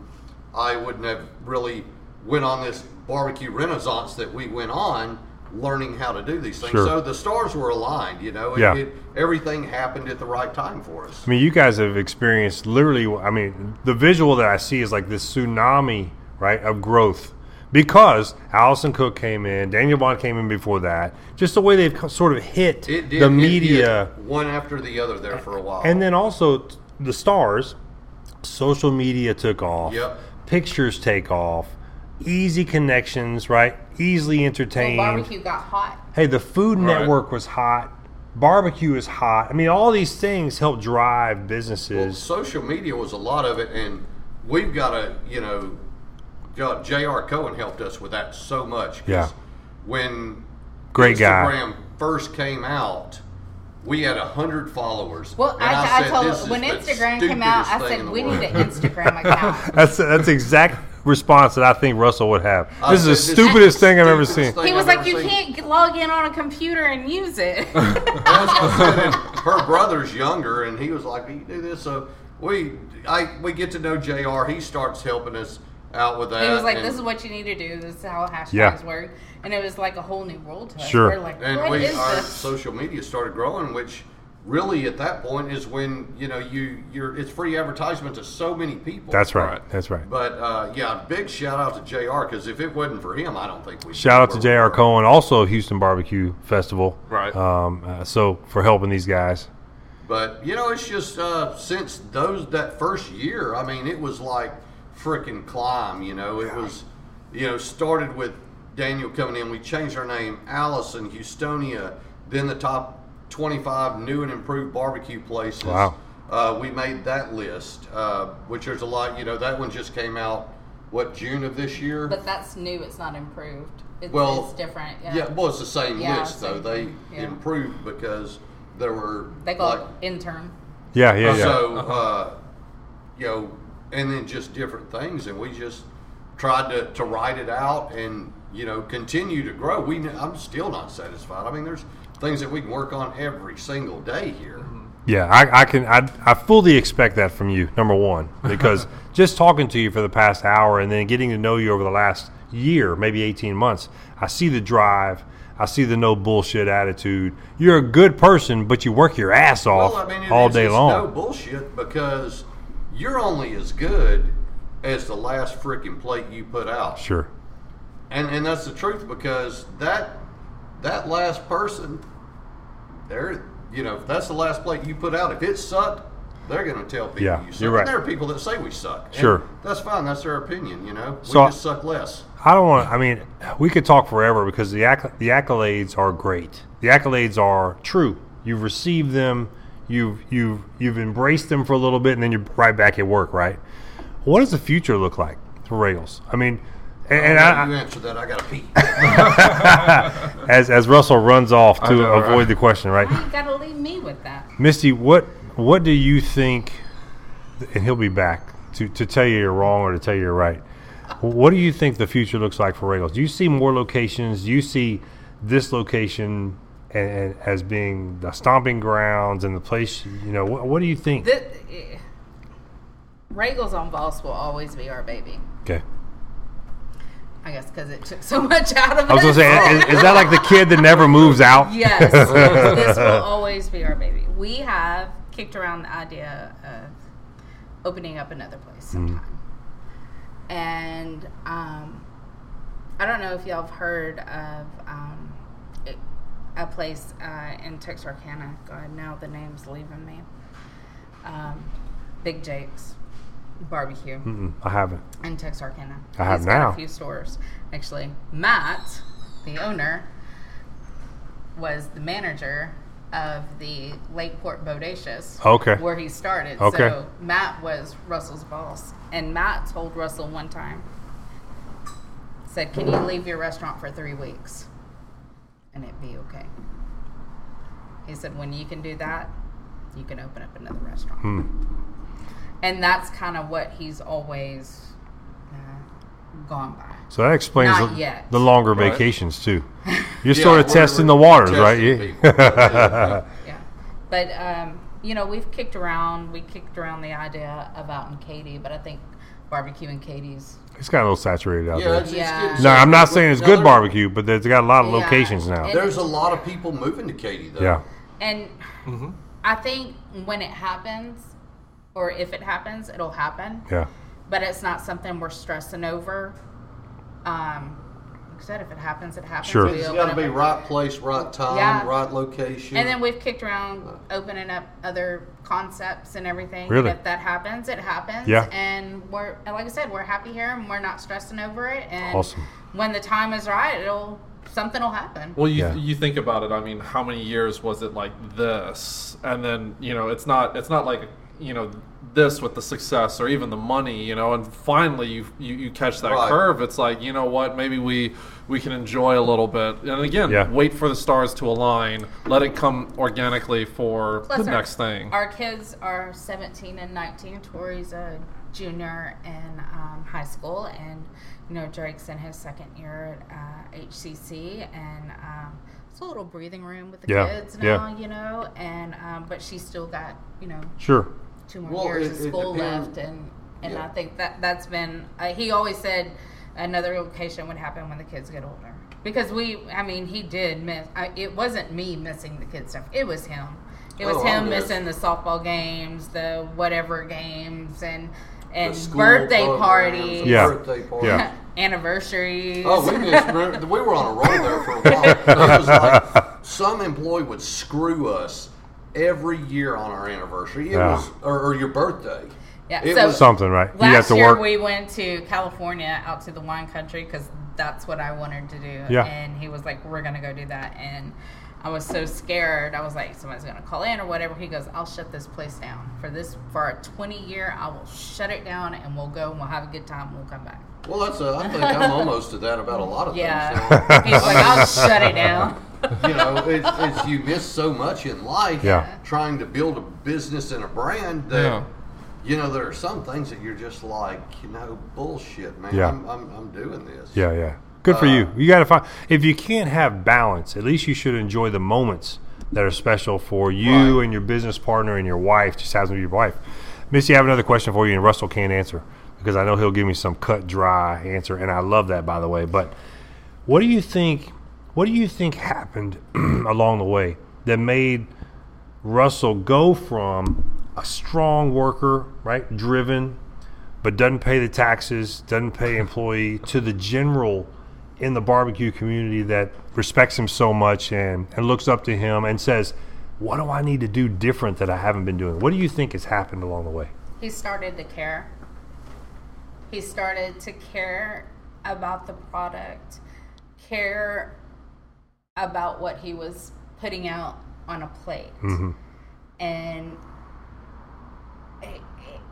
Speaker 3: I wouldn't have really went on this barbecue renaissance that we went on learning how to do these things.
Speaker 4: Sure.
Speaker 3: So the stars were aligned, you know. It-
Speaker 4: Yeah.
Speaker 3: it, everything happened at the right time for us.
Speaker 4: I mean, you guys have experienced literally. I mean, the visual that I see is like this tsunami, right, of growth. Because Allison Cook came in, Daniel Vaughn came in before that. Just the way they've co- sort of hit
Speaker 3: It did
Speaker 4: the
Speaker 3: it did
Speaker 4: media.
Speaker 3: one after the other there for a while.
Speaker 4: And then also t- the stars, social media took off.
Speaker 3: Yep.
Speaker 4: Pictures take off. easy connections, right? Easily entertained.
Speaker 5: barbecue got hot.
Speaker 4: Hey, the Food
Speaker 1: Right.
Speaker 4: Network was hot. Barbecue is hot. I mean, all these things help drive
Speaker 3: Well,
Speaker 4: businesses.
Speaker 3: social media was a lot of it, and we've got to, you know, God, J.R. Cohen helped us with that so much. 'cause
Speaker 4: Yeah.
Speaker 3: When
Speaker 4: Great guy.
Speaker 3: Instagram first came out, we had hundred followers.
Speaker 5: Well,
Speaker 3: and
Speaker 5: I, I,
Speaker 3: said, "This is
Speaker 5: told when
Speaker 3: the
Speaker 5: Instagram came out,
Speaker 3: stupidest
Speaker 5: I
Speaker 3: thing
Speaker 5: said
Speaker 3: in the
Speaker 5: we
Speaker 3: world."
Speaker 5: need an Instagram account.
Speaker 4: That's that's the exact response that I think Russell would have.
Speaker 3: I
Speaker 4: This is the
Speaker 3: said, Uh, "This is
Speaker 4: stupidest
Speaker 3: the
Speaker 4: thing I've ever
Speaker 3: stupidest
Speaker 4: seen.
Speaker 3: thing
Speaker 5: He was
Speaker 3: I've
Speaker 5: like,
Speaker 3: ever
Speaker 5: "You
Speaker 3: seen."
Speaker 5: can't g- log in on a computer and use it."
Speaker 3: That's what I said, and her brother's younger, and he was like, "You do this." So we, I, we get to know Jr. He starts helping us out with that.
Speaker 5: He was like,
Speaker 3: Uh, and-
Speaker 5: "This is what you need to do. This is how hashtags
Speaker 4: Yeah.
Speaker 5: work," and it was like a whole new world to us.
Speaker 4: Sure.
Speaker 5: We're like,
Speaker 3: and
Speaker 5: "What
Speaker 3: we,
Speaker 5: is
Speaker 3: our
Speaker 5: this?"
Speaker 3: social media started growing, which really at that point is when you know you you're it's free advertisement to so many people.
Speaker 4: That's right.
Speaker 1: Right.
Speaker 4: That's right.
Speaker 3: But uh, yeah, big shout out to Jr. Because if it wasn't for him, I don't think we.
Speaker 4: Shout out to J.R. Cohen, also Houston Barbecue Festival.
Speaker 1: Right.
Speaker 4: Um, uh, so for helping these guys.
Speaker 3: But you know, it's just uh, since those that first year, I mean, it was like freaking climb. You know, it was you know started with Daniel coming in. We changed our name, Allison, Houstonia, then the top twenty-five new and improved barbecue places.
Speaker 4: Wow.
Speaker 3: Uh, we made that list, uh, which there's a lot. You know, that one just came out what June of this year.
Speaker 5: But that's new. It's not improved. It's,
Speaker 3: Well,
Speaker 5: it's different. Yeah.
Speaker 3: yeah, well, it's the same
Speaker 5: Yeah,
Speaker 3: list though.
Speaker 5: same
Speaker 3: They
Speaker 5: thing, yeah.
Speaker 3: improved because there were
Speaker 5: they call it intern.
Speaker 4: Yeah, yeah, Uh-huh. yeah.
Speaker 3: So, uh, you know, and then just different things, and we just tried to, to write it out and you know continue to grow. We I'm still not satisfied. I mean, there's things that we can work on every single day here.
Speaker 4: Yeah, I, I can. I, I fully expect that from you. Number one, because just talking to you for the past hour and then getting to know you over the last year, maybe eighteen months, I see the drive. I see the no bullshit attitude. You're a good person, but you work your ass off
Speaker 3: it
Speaker 4: all
Speaker 3: is-
Speaker 4: day
Speaker 3: it's No
Speaker 4: long.
Speaker 3: bullshit, because you're only as good as the last freaking plate you put out.
Speaker 4: sure.
Speaker 3: and and that's the truth because that that last person there you know if that's the last plate you put out if it sucked they're going to tell people
Speaker 4: Yeah,
Speaker 3: you suck
Speaker 4: you're right.
Speaker 3: and there are people that say we suck and
Speaker 4: Sure.
Speaker 3: that's fine that's their opinion you know we
Speaker 4: So-
Speaker 3: just suck less
Speaker 4: I don't want. I mean, we could talk forever because the acc- the accolades are great. The accolades are true. You've received them. You've you've you've embraced them for a little bit, and then you're right back at work. Right. What does the future look like for Rails? I mean, and,
Speaker 1: Uh,
Speaker 4: and
Speaker 3: I'll let
Speaker 4: I,
Speaker 3: you answer that i gotta pee
Speaker 4: as as Russell runs off to
Speaker 1: know, right?
Speaker 4: avoid the question, right?
Speaker 5: Why you gotta leave me with that?
Speaker 4: Misty, what what do you think? And he'll be back to, to tell you you're wrong or to tell you you're right. What do you think the future looks like for Regals? Do you see more locations? Do you see this location a- a- as being the stomping grounds and the place? You know, what, what do you think?
Speaker 5: This, eh. Regals on Boss will always be our baby.
Speaker 4: Okay,
Speaker 5: I guess because it took so much out of
Speaker 4: I was gonna
Speaker 5: us.
Speaker 4: say, is, is that like the kid that never moves out?
Speaker 5: Yes, this will always be our baby. We have kicked around the idea of opening up another place sometime. And um, I don't know if y'all have heard of um, it- a place uh, in Texarkana. God, now the name's leaving me. Um, Big Jake's Barbecue
Speaker 4: Mm-mm, I haven't.
Speaker 5: in Texarkana.
Speaker 4: I have
Speaker 5: He's got
Speaker 4: now.
Speaker 5: a few stores, actually. Matt, the owner, was the manager of the Lakeport Bodacious.
Speaker 4: Okay.
Speaker 5: Where he started.
Speaker 4: Okay.
Speaker 5: So Matt was Russell's boss, and Matt told Russell one time, said, "Can you leave your restaurant for three weeks, and it be okay?" He said, "When you can do that, you can open up another restaurant." And that's kind of what he's always uh, gone by.
Speaker 4: So that explains
Speaker 5: Not
Speaker 4: the,
Speaker 5: yet.
Speaker 4: the longer
Speaker 1: Right.
Speaker 4: vacations too. You're
Speaker 3: Yeah,
Speaker 4: sort of
Speaker 3: we're-
Speaker 4: testing
Speaker 3: we're
Speaker 4: the waters,
Speaker 3: testing
Speaker 4: right?
Speaker 3: people.
Speaker 4: Yeah.
Speaker 5: Yeah. But, um, you know, we've kicked around, we kicked around the idea of out in Katy, but I think barbecue in Katie's.
Speaker 4: it's got a little saturated out
Speaker 3: yeah,
Speaker 4: there.
Speaker 3: it's,
Speaker 5: Yeah.
Speaker 3: It's getting
Speaker 4: No, I'm not saying it's
Speaker 3: No,
Speaker 4: good
Speaker 3: there-
Speaker 4: barbecue, but there's got a lot of
Speaker 5: Yeah.
Speaker 4: locations now.
Speaker 5: It-
Speaker 3: there's a lot of people moving to katy though
Speaker 4: Yeah.
Speaker 5: And
Speaker 4: Mm-hmm.
Speaker 5: I think when it happens, or if it happens, it'll happen.
Speaker 4: Yeah.
Speaker 5: But it's not something we're stressing over. Um, said, if it happens, it happens.
Speaker 4: Sure.
Speaker 5: We
Speaker 3: It's
Speaker 5: open
Speaker 3: got to
Speaker 5: up
Speaker 3: be
Speaker 5: every-
Speaker 3: right place, right time,
Speaker 5: Yeah.
Speaker 3: right location.
Speaker 5: And then we've kicked around opening up other concepts and everything.
Speaker 4: Really?
Speaker 5: If that happens, it happens.
Speaker 4: Yeah.
Speaker 5: And we're and like I said, we're happy here and we're not stressing over it. And
Speaker 4: Awesome.
Speaker 5: when the time is right, it'll something will happen.
Speaker 1: Well, you,
Speaker 4: Yeah.
Speaker 1: you think about it. I mean, how many years was it like this? And then you know, it's not it's not like you know this with the success or even the money. You know, and finally you you, you catch that
Speaker 3: Right.
Speaker 1: curve. It's like you know what? Maybe we we can enjoy a little bit. And again,
Speaker 4: Yeah.
Speaker 1: wait for the stars to align. Let it come organically for
Speaker 5: Plus
Speaker 1: the
Speaker 5: our-
Speaker 1: next thing.
Speaker 5: Our kids are 17 and 19. Tori's a junior in um, high school, and you know Drake's in his second year at uh, HCC, and um, it's a little breathing room with the
Speaker 4: Yeah,
Speaker 5: kids
Speaker 4: yeah.
Speaker 5: now, you know. And um, but she's still got you know
Speaker 4: Sure.
Speaker 5: two more
Speaker 3: Well,
Speaker 5: years
Speaker 3: it-
Speaker 5: of
Speaker 3: it
Speaker 5: school
Speaker 3: depend-
Speaker 5: left, and and
Speaker 3: Yeah.
Speaker 5: I think that that's been. Uh, he always said another location would happen when the kids get older because we. I mean, he did miss. I, it wasn't me missing the kids stuff. It was him. It was
Speaker 3: Oh,
Speaker 5: him
Speaker 3: I guess.
Speaker 5: missing the softball games, the whatever games, and
Speaker 3: The
Speaker 5: and
Speaker 3: school
Speaker 5: birthday
Speaker 3: programs,
Speaker 5: parties,
Speaker 3: the
Speaker 4: Yeah.
Speaker 3: Birthday parties.
Speaker 4: Yeah.
Speaker 5: anniversaries.
Speaker 3: Oh, we just remember- we were on a roll there for a while. It was like some employee would screw us every year on our anniversary. It
Speaker 4: Yeah.
Speaker 3: was or, or your birthday.
Speaker 5: Yeah,
Speaker 3: It
Speaker 5: so-
Speaker 3: was
Speaker 4: Something, right? you have
Speaker 5: Last
Speaker 4: to
Speaker 5: year
Speaker 4: work.
Speaker 5: we went to California out to the wine country because that's what I wanted to do.
Speaker 4: Yeah.
Speaker 5: And he was like, "We're gonna go do that," and I was so scared. I was like, "Somebody's gonna call in or whatever." He goes, "I'll shut this place down for this for our 20 year. I will shut it down and we'll go and we'll have a good time. and We'll come back."
Speaker 3: well. That's a, I think I'm almost to that about a lot of
Speaker 5: Yeah.
Speaker 3: things.
Speaker 5: He's like, "I'll shut it down."
Speaker 3: So, you know, it's, it's you miss so much in life.
Speaker 4: Yeah.
Speaker 3: Trying to build a business and a brand that.
Speaker 1: Yeah.
Speaker 3: You know, there are some things that you're just like, you know, bullshit, man.
Speaker 4: Yeah.
Speaker 3: I'm, I'm, I'm doing this.
Speaker 4: Yeah, yeah. Good for you. You got to find if you can't have balance, at least you should enjoy the moments that are special for you
Speaker 3: Right.
Speaker 4: and your business partner and your wife. Just happens to be your wife. Missy, I have another question for you, and Russell can't answer because I know he'll give me some cut dry answer, and I love that by the way. But what do you think? What do you think happened along the way that made Russell go from a strong worker, right, driven, but doesn't pay the taxes, doesn't pay employee to the general in the barbecue community that respects him so much and, and looks up to him and says, What do I need to do different that I haven't been doing? What do you think has happened along the way?
Speaker 5: he started to care. He started to care about the product, care about what he was putting out on a plate.
Speaker 4: Mm-hmm.
Speaker 5: And it-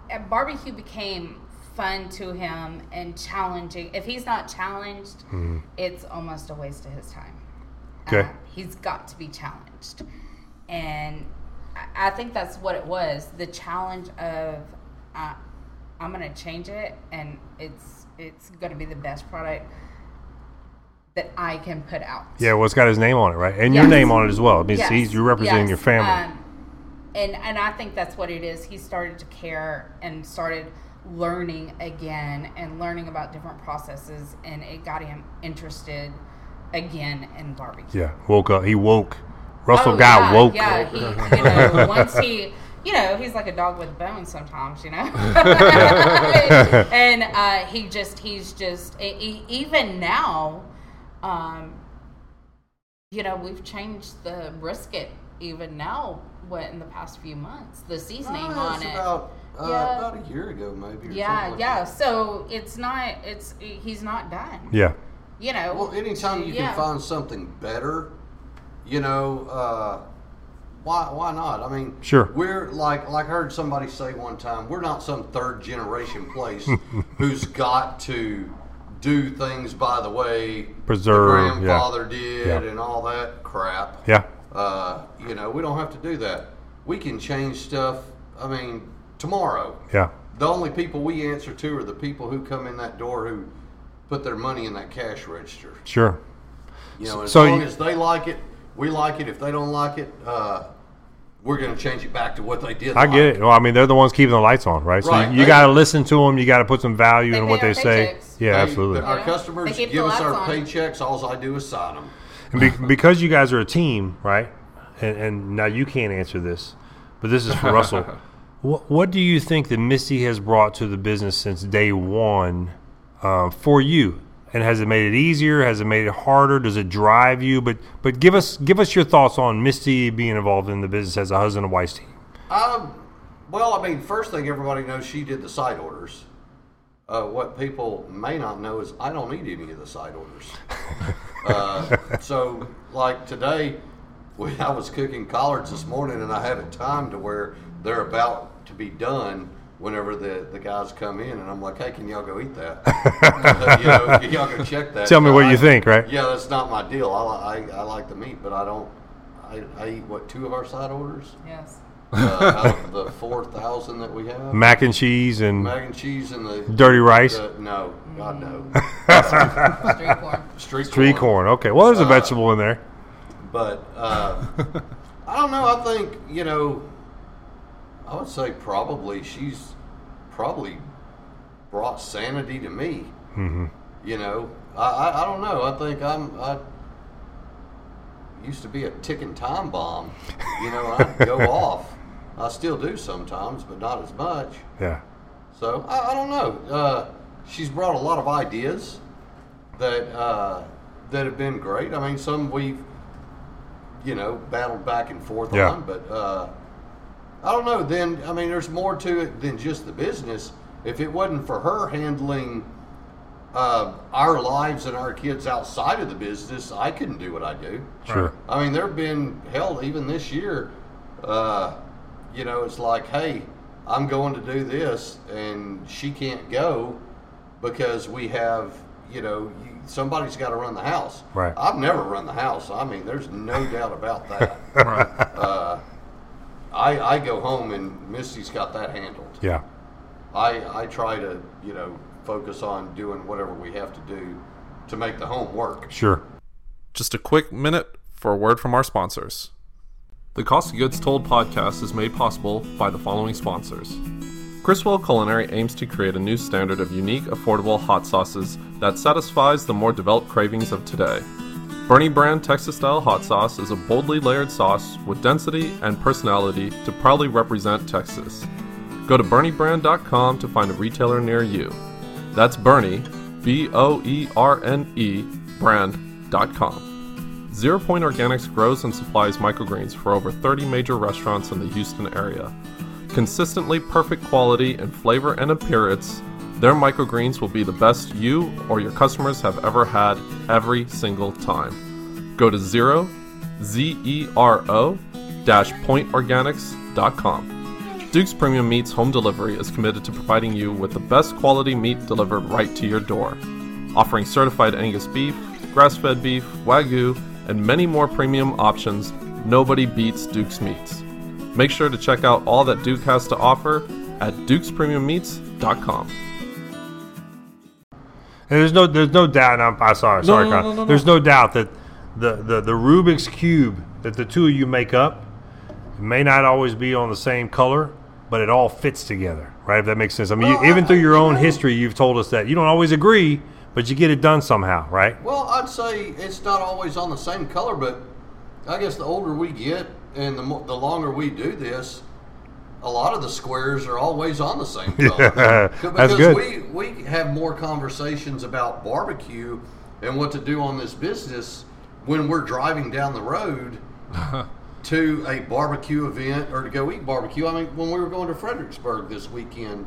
Speaker 5: it- barbecue became fun to him and challenging. If he's not challenged, it's almost a waste of his time.
Speaker 4: Mm-hmm. Okay.
Speaker 5: Um, he's got to be challenged. And I, I think that's what it was the challenge of uh, I'm going to change it and it's it's going to be the best product that I can put out.
Speaker 4: Yeah, well, it's got his name on it, right? And your
Speaker 5: Yes.
Speaker 4: name on it as well. It means
Speaker 5: Yes,
Speaker 4: he's, you're representing
Speaker 5: yes.
Speaker 4: your family.
Speaker 5: Um, and and I think that's what it is. He started to care and started learning again and learning about different processes, and it got him interested again in barbecue.
Speaker 4: yeah, woke up. He woke. Russell
Speaker 5: Oh,
Speaker 4: got
Speaker 5: yeah,
Speaker 4: woke.
Speaker 5: Yeah, he, you know, once he, you know, he's like a dog with bones sometimes, you know. and uh, he just, he's just, e- e- even now, um, you know, we've changed the brisket even now. What in the past few months, the seasoning
Speaker 3: Ah,
Speaker 5: on
Speaker 3: it's
Speaker 5: it.
Speaker 3: about, uh,
Speaker 5: Yeah.
Speaker 3: about a year ago, maybe. or
Speaker 5: yeah,
Speaker 3: something like
Speaker 5: yeah.
Speaker 3: that.
Speaker 5: So it's not, it's he's not done.
Speaker 4: yeah.
Speaker 5: You know.
Speaker 3: Well, anytime you
Speaker 5: yeah.
Speaker 3: can find something better, you know, uh, why why not? I mean,
Speaker 4: Sure.
Speaker 3: We're like like I heard somebody say one time, we're not some third generation place who's got to do things by the way
Speaker 4: Preserve, yeah.
Speaker 3: the grandfather did
Speaker 4: Yeah.
Speaker 3: and all that crap.
Speaker 4: Yeah.
Speaker 3: Uh, you know, we don't have to do that. We can change stuff. I mean, tomorrow.
Speaker 4: Yeah.
Speaker 3: The only people we answer to are the people who come in that door who put their money in that cash register.
Speaker 4: Sure.
Speaker 3: You know, as
Speaker 4: So
Speaker 3: long
Speaker 4: you-
Speaker 3: as they like it, we like it. If they don't like it, uh, we're going to change it back to what they did.
Speaker 4: I get it. Well, I mean, they're the ones keeping the lights on, right?
Speaker 3: Right.
Speaker 4: So you, you got to listen to them. You got to put some value
Speaker 5: They
Speaker 4: in
Speaker 5: pay
Speaker 4: what they
Speaker 5: our
Speaker 4: say.
Speaker 5: paychecks.
Speaker 4: Yeah,
Speaker 3: They-
Speaker 4: absolutely.
Speaker 3: Our
Speaker 5: Yeah.
Speaker 3: customers
Speaker 5: They keep
Speaker 3: give
Speaker 5: the
Speaker 3: us our
Speaker 5: lights on.
Speaker 3: paychecks. All I do is sign them.
Speaker 4: And be, because you guys are a team, right? And, and now you can't answer this, but this is for Russell. what, what do you think that Missy has brought to the business since day one uh, for you And has it made it easier? Has it made it harder? Does it drive you? But but give us give us your thoughts on Misty being involved in the business as a husband and wife team.
Speaker 3: Um, well, I mean, first thing everybody knows, she did the side orders. Uh, what people may not know is I don't need any of the side orders. uh, so, like today, we, I was cooking collards this morning, and I have it timed to where they're about to be done whenever the, the guys come in, and I'm like, hey, can y'all go eat that? you know, can y'all go check that.
Speaker 4: Tell me
Speaker 3: No,
Speaker 4: what you
Speaker 3: I-
Speaker 4: think, right?
Speaker 3: Yeah, that's not my deal. I, li- I, I like the meat, but I don't. I, I eat what two of our side orders
Speaker 5: Yes.
Speaker 3: uh, out of the four thousand that we have.
Speaker 4: Mac and cheese and
Speaker 3: Mac and cheese and the
Speaker 4: dirty rice,
Speaker 3: the- no, God no.
Speaker 5: Street corn.
Speaker 3: Street
Speaker 4: tree corn. Okay, well there's a vegetable in there.
Speaker 3: But uh, I don't know. I think you know. I would say probably she's probably brought sanity to me.
Speaker 4: Mm-hmm.
Speaker 3: You know, I, I I don't know. I think I'm I used to be a ticking time bomb. You know, and I'd go off. I still do sometimes, but not as much.
Speaker 4: Yeah,
Speaker 3: So I, I don't know. Uh, she's brought a lot of ideas that uh, that have been great. I mean, some we've you know battled back and forth
Speaker 4: Yeah.
Speaker 3: on, but uh, I don't know. Then I mean, there's more to it than just the business. If it wasn't for her handling uh, our lives and our kids outside of the business, I couldn't do what I do.
Speaker 4: sure.
Speaker 3: I mean, there've been held even this year. Uh, you know, it's like, hey, I'm going to do this, and she can't go because we have, you know, you, somebody's got to run the house.
Speaker 4: Right.
Speaker 3: I've never run the house. I mean, there's no doubt about that.
Speaker 1: Right.
Speaker 3: Uh, I I go home and Misty's got that handled.
Speaker 4: Yeah,
Speaker 3: I I try to you know focus on doing whatever we have to do to make the home work.
Speaker 4: sure.
Speaker 1: Just a quick minute for a word from our sponsors. The Cost of Goods Told podcast is made possible by the following sponsors. Criswell Culinary aims to create a new standard of unique, affordable hot sauces that satisfies the more developed cravings of today. Bernie Brand Texas Style Hot Sauce is a boldly layered sauce with density and personality to proudly represent Texas. Go to BernieBrand.com to find a retailer near you. That's Bernie, B O E R N E, brand.com. Zero Point Organics grows and supplies microgreens for over 30 major restaurants in the Houston area. Consistently perfect quality in flavor and appearance, their microgreens will be the best you or your customers have ever had every single time. Go to zero, Z E R O, dash pointorganics.com. Duke's Premium Meats Home Delivery is committed to providing you with the best quality meat delivered right to your door. Offering certified Angus beef, grass fed beef, wagyu, and many more premium options, nobody beats Duke's Meats. Make sure to check out all that Duke has to offer at dukespremiummeats.com.
Speaker 4: And there's no there's no doubt. And I'm, I'm sorry, sorry,
Speaker 1: no, no,
Speaker 4: Kyle.
Speaker 1: no, no.
Speaker 4: There's no doubt that the, the the Rubik's cube that the two of you make up may not always be on the same color, but it all fits together, right? If that makes sense. I mean, you, even through your own history, you've told us that you don't always agree, but you get it done somehow, right?
Speaker 3: Well, I'd say it's not always on the same color, but I guess the older we get and the, mo- the longer we do this, a lot of the squares are always on the same color.
Speaker 4: that's
Speaker 3: because
Speaker 4: good.
Speaker 3: We, we have more conversations about barbecue and what to do on this business when we're driving down the road
Speaker 4: Uh-huh.
Speaker 3: to a barbecue event or to go eat barbecue. I mean, when we were going to Fredericksburg this weekend,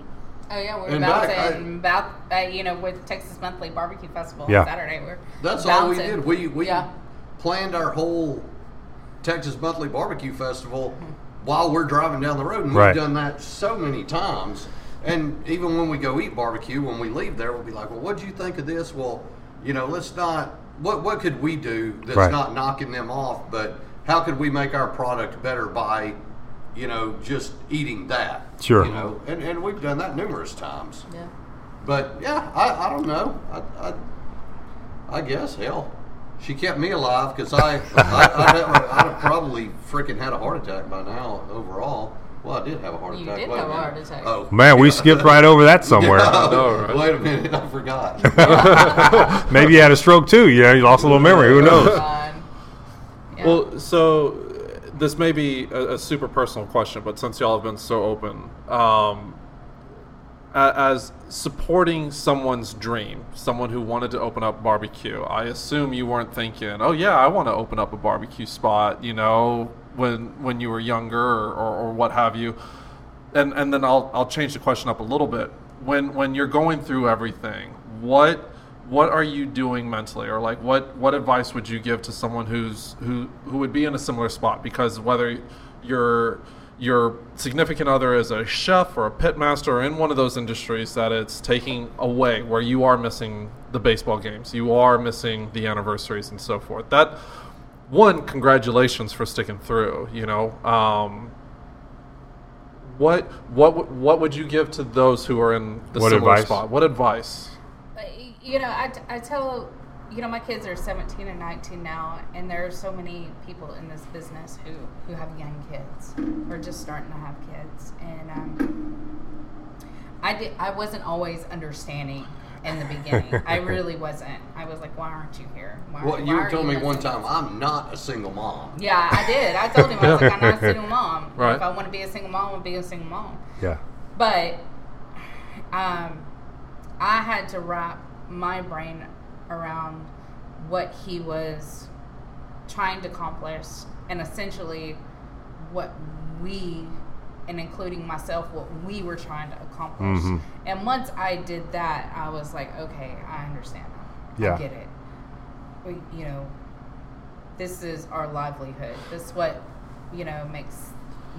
Speaker 5: Oh yeah, we we're
Speaker 3: And
Speaker 5: bouncing
Speaker 3: back, I-
Speaker 5: about uh, you know with Texas Monthly Barbecue Festival
Speaker 4: Yeah.
Speaker 5: on Saturday. We're
Speaker 3: That's all we
Speaker 5: bouncing.
Speaker 3: did. We we
Speaker 5: yeah.
Speaker 3: planned our whole Texas Monthly Barbecue Festival while we're driving down the road, and
Speaker 4: Right.
Speaker 3: we've done that so many times. And even when we go eat barbecue, when we leave there, we'll be like, "Well, what would you think of this?" Well, you know, let's not. What what could we do that's
Speaker 4: Right.
Speaker 3: not knocking them off? But how could we make our product better by, you know, just eating that?
Speaker 4: Sure.
Speaker 3: You know, and, and we've done that numerous times.
Speaker 5: yeah.
Speaker 3: But yeah, I, I don't know. I, I, I guess hell, she kept me alive because I, I I'd, have, I'd have probably freaking had a heart attack by now overall. Well, I did have a heart
Speaker 5: You
Speaker 3: attack.
Speaker 5: did
Speaker 3: Wait
Speaker 5: have a
Speaker 3: minute.
Speaker 5: heart attack.
Speaker 3: Oh
Speaker 4: Man, we skipped right over that somewhere.
Speaker 1: know, right?
Speaker 3: Wait a minute, I forgot.
Speaker 4: Maybe you had a stroke too. You know, you lost a little memory. Who knows?
Speaker 5: Fun. Yeah.
Speaker 1: Well, so uh, this may be a, a super personal question, but since y'all have been so open, um, a- as supporting someone's dream, someone who wanted to open up barbecue. I assume you weren't thinking, "Oh yeah, I want to open up a barbecue spot," you know, when when you were younger or, or, or what have you. And and then I'll I'll change the question up a little bit. When when you're going through everything, what what are you doing mentally or like what what advice would you give to someone who's who who would be in a similar spot because whether you're your significant other is a chef or a pit master or in one of those industries that it's taking away where you are missing the baseball games you are missing the anniversaries and so forth that one congratulations for sticking through you know um, what what w- what would you give to those who are in the
Speaker 4: What
Speaker 1: similar
Speaker 4: advice?
Speaker 1: spot what advice
Speaker 5: But, you know, I, I tell, you know, my kids are 17 and 19 now, and there are so many people in this business who, who have young kids or just starting to have kids. And um, I, did, I wasn't always understanding in the beginning. I really wasn't. I was like, why aren't you here? Why,
Speaker 3: Well,
Speaker 5: why
Speaker 3: you
Speaker 5: are
Speaker 3: told me one
Speaker 5: listening?"
Speaker 3: time I'm not a single mom.
Speaker 5: Yeah, I did. I told him, I was like, I'm not a single mom.
Speaker 1: Right.
Speaker 5: If I want to be a single mom, I'll be a single mom.
Speaker 4: Yeah.
Speaker 5: But um, I had to wrap my brain around what he was trying to accomplish and essentially what we, and including myself, what we were trying to accomplish.
Speaker 4: Mhm.
Speaker 5: And once I did that, I was like, okay, I understand. now.
Speaker 4: Yeah.
Speaker 5: I get it. We, you know, this is our livelihood. This is what you know makes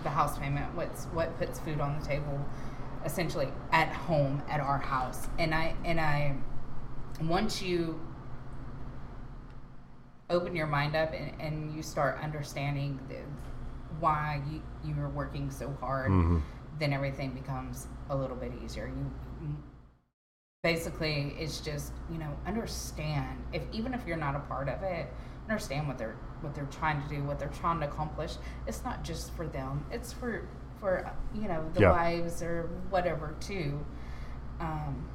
Speaker 5: the house payment. What's what puts food on the table, essentially at home at our house. And I and I, once you open your mind up and, and you start understanding the, why you you are working so hard, then everything becomes a little bit easier. You basically it's just you know understand if even if you're not a part of it understand what they're what they're trying to do what they're trying to accomplish it's not just for them it's for for you know the
Speaker 4: Yeah.
Speaker 5: wives or whatever too um,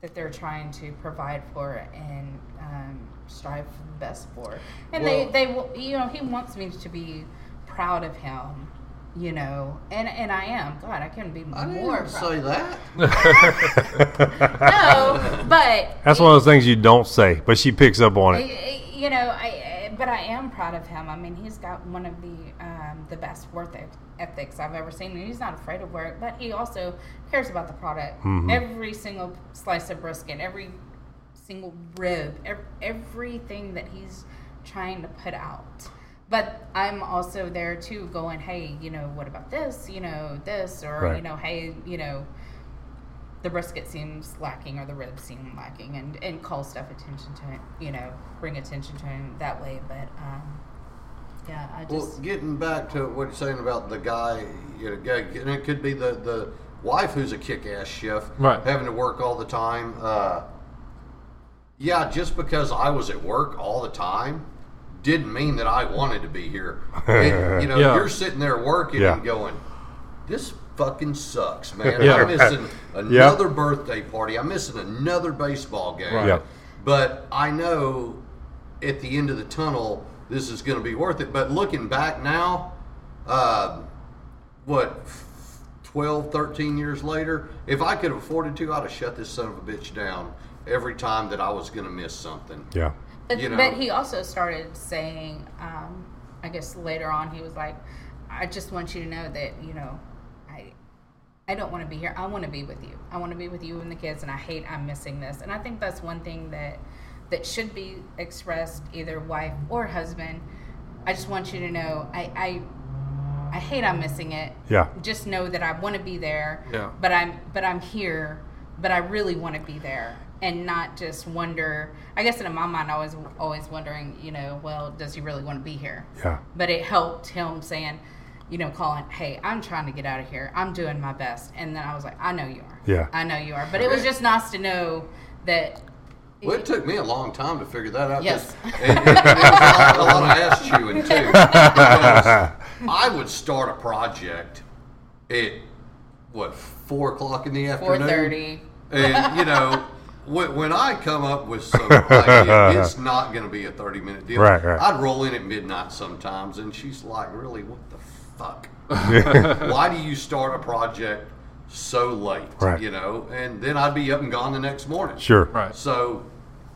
Speaker 5: that they're trying to provide for and um, strive for the best for and
Speaker 3: Well-
Speaker 5: they they will you know he wants me to be proud of him you know and and i am god i couldn't be
Speaker 3: I didn't
Speaker 5: more proud.
Speaker 3: say that.
Speaker 5: no but
Speaker 4: That's one of those things you don't say, but she picks up on
Speaker 5: I-
Speaker 4: it.
Speaker 5: I- you know, I, I- but I am proud of him. I mean, he's got one of the um, the best work eth- ethics I've ever seen, and he's not afraid of work. But he also cares about the product.
Speaker 4: Mm-hmm.
Speaker 5: Every single slice of brisket, every single rib, ev- everything that he's trying to put out. But I'm also there too, going, hey, you know, what about this? You know, this, or
Speaker 4: Right.
Speaker 5: you know, hey, you know, the brisket seems lacking or the ribs seem lacking and, and call stuff attention to it, you know, bring attention to him that way. But um, yeah, I
Speaker 3: Well,
Speaker 5: just,
Speaker 3: getting back to what you're saying about the guy, you know, guy- and it could be the, the wife who's a kick-ass chef,
Speaker 1: Right.
Speaker 3: having to work all the time. Uh, yeah, just because I was at work all the time didn't mean that I wanted to be here. And, you know,
Speaker 1: Yeah.
Speaker 3: you're sitting there working
Speaker 4: Yeah.
Speaker 3: and going, this fucking sucks, man.
Speaker 1: Yeah.
Speaker 3: I'm missing another birthday party. I'm missing another baseball game.
Speaker 1: Right.
Speaker 4: Yeah.
Speaker 3: But I know at the end of the tunnel, this is going to be worth it. But looking back now, um what, 12, 13 years later, if I could have afforded to, I'd have shut this son of a bitch down every time that I was going to miss something.
Speaker 4: Yeah.
Speaker 5: but,
Speaker 3: you know.
Speaker 5: but he also started saying, um, I guess later on, he was like, I just want you to know that, you know, I, I don't want to be here. I want to be with you. I want to be with you and the kids, and I hate I'm missing this. And I think that's one thing that that should be expressed either wife or husband. I just want you to know I I, I hate I'm missing it.
Speaker 4: Yeah.
Speaker 5: Just know that I want to be there.
Speaker 1: Yeah.
Speaker 5: But I'm but I'm here. But I really want to be there and not just wonder. I guess in my mind, I was always wondering, you know, well, does he really want to be here?
Speaker 4: Yeah.
Speaker 5: but it helped him saying, you know, calling, hey, I'm trying to get out of here. I'm doing my best. And then I was like, I know you are.
Speaker 4: Yeah.
Speaker 5: I know you are. But it was just nice to know that.
Speaker 3: Well, it took me a long time to figure that out.
Speaker 5: Yes.
Speaker 3: 'cause It, it, it was a, lot, a lot of ass chewing too. Because I would start a project at what four o'clock in the afternoon.
Speaker 5: 4:30.
Speaker 3: And you know, when, when I come up with some idea, it's not going to be a thirty-minute deal.
Speaker 4: Right, right.
Speaker 3: I'd roll in at midnight sometimes, and she's like, "Really, what the fuck? Why do you start a project so late,
Speaker 4: Right.
Speaker 3: you know, and then I'd be up and gone the next morning.
Speaker 4: Sure.
Speaker 1: Right.
Speaker 3: So,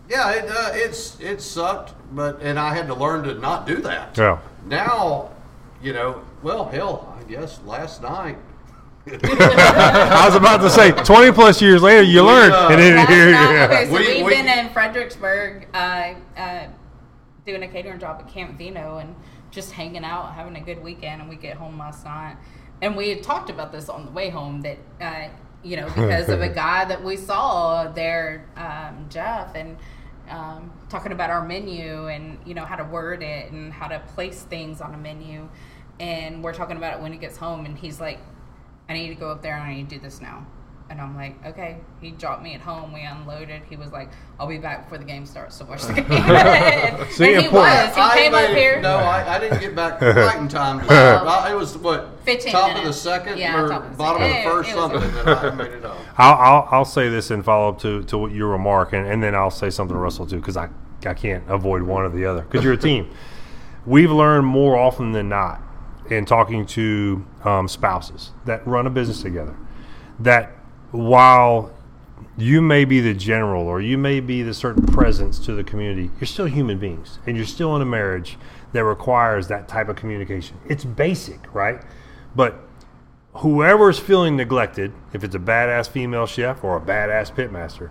Speaker 3: yeah, it, uh, it's it sucked, but and I had to learn to not do that.
Speaker 4: Yeah.
Speaker 3: Now, you know, well, hell, I guess last night.
Speaker 4: I was about to say, 20 plus years later, you learned.
Speaker 3: uh,
Speaker 4: and then
Speaker 5: Last
Speaker 4: here,
Speaker 5: night- okay,
Speaker 4: yeah.
Speaker 5: so
Speaker 3: We-
Speaker 5: we, have
Speaker 3: we-
Speaker 5: been in Fredericksburg uh, uh, doing a catering job at Camp Vino and just hanging out, having a good weekend. And we get home last night, and we had talked about this on the way home that uh, you know because of a guy that we saw there, um, Jeff, and. Um, talking about our menu and you know how to word it and how to place things on a menu and we're talking about it when he gets home and he's like I need to go up there and I need to do this now. And I'm like, okay. He dropped me at home. We unloaded. He was like, I'll be back before the game starts to watch the game. and
Speaker 4: See,
Speaker 5: he
Speaker 4: important.
Speaker 5: was. He
Speaker 3: I
Speaker 5: came up
Speaker 3: made-
Speaker 5: here.
Speaker 3: No, I, I didn't get back right in time. To, I, it was what
Speaker 5: 15
Speaker 3: top of the
Speaker 5: minutes.
Speaker 3: second
Speaker 5: Yeah,
Speaker 3: or
Speaker 5: top of the
Speaker 3: bottom of
Speaker 5: second.
Speaker 3: the
Speaker 5: Yeah,
Speaker 3: first
Speaker 5: it was-
Speaker 3: something that I made it on.
Speaker 4: I'll, I'll, I'll say this in follow up to, to what your remark, and, and then I'll say something to Russell, too, because I, I can't avoid one or the other, because you're a team. We've learned more often than not in talking to um, spouses that run a business together that while you may be the general or you may be the certain presence to the community, you're still human beings and you're still in a marriage that requires that type of communication. It's basic, right? But whoever's feeling neglected, if it's a badass female chef or a badass pitmaster,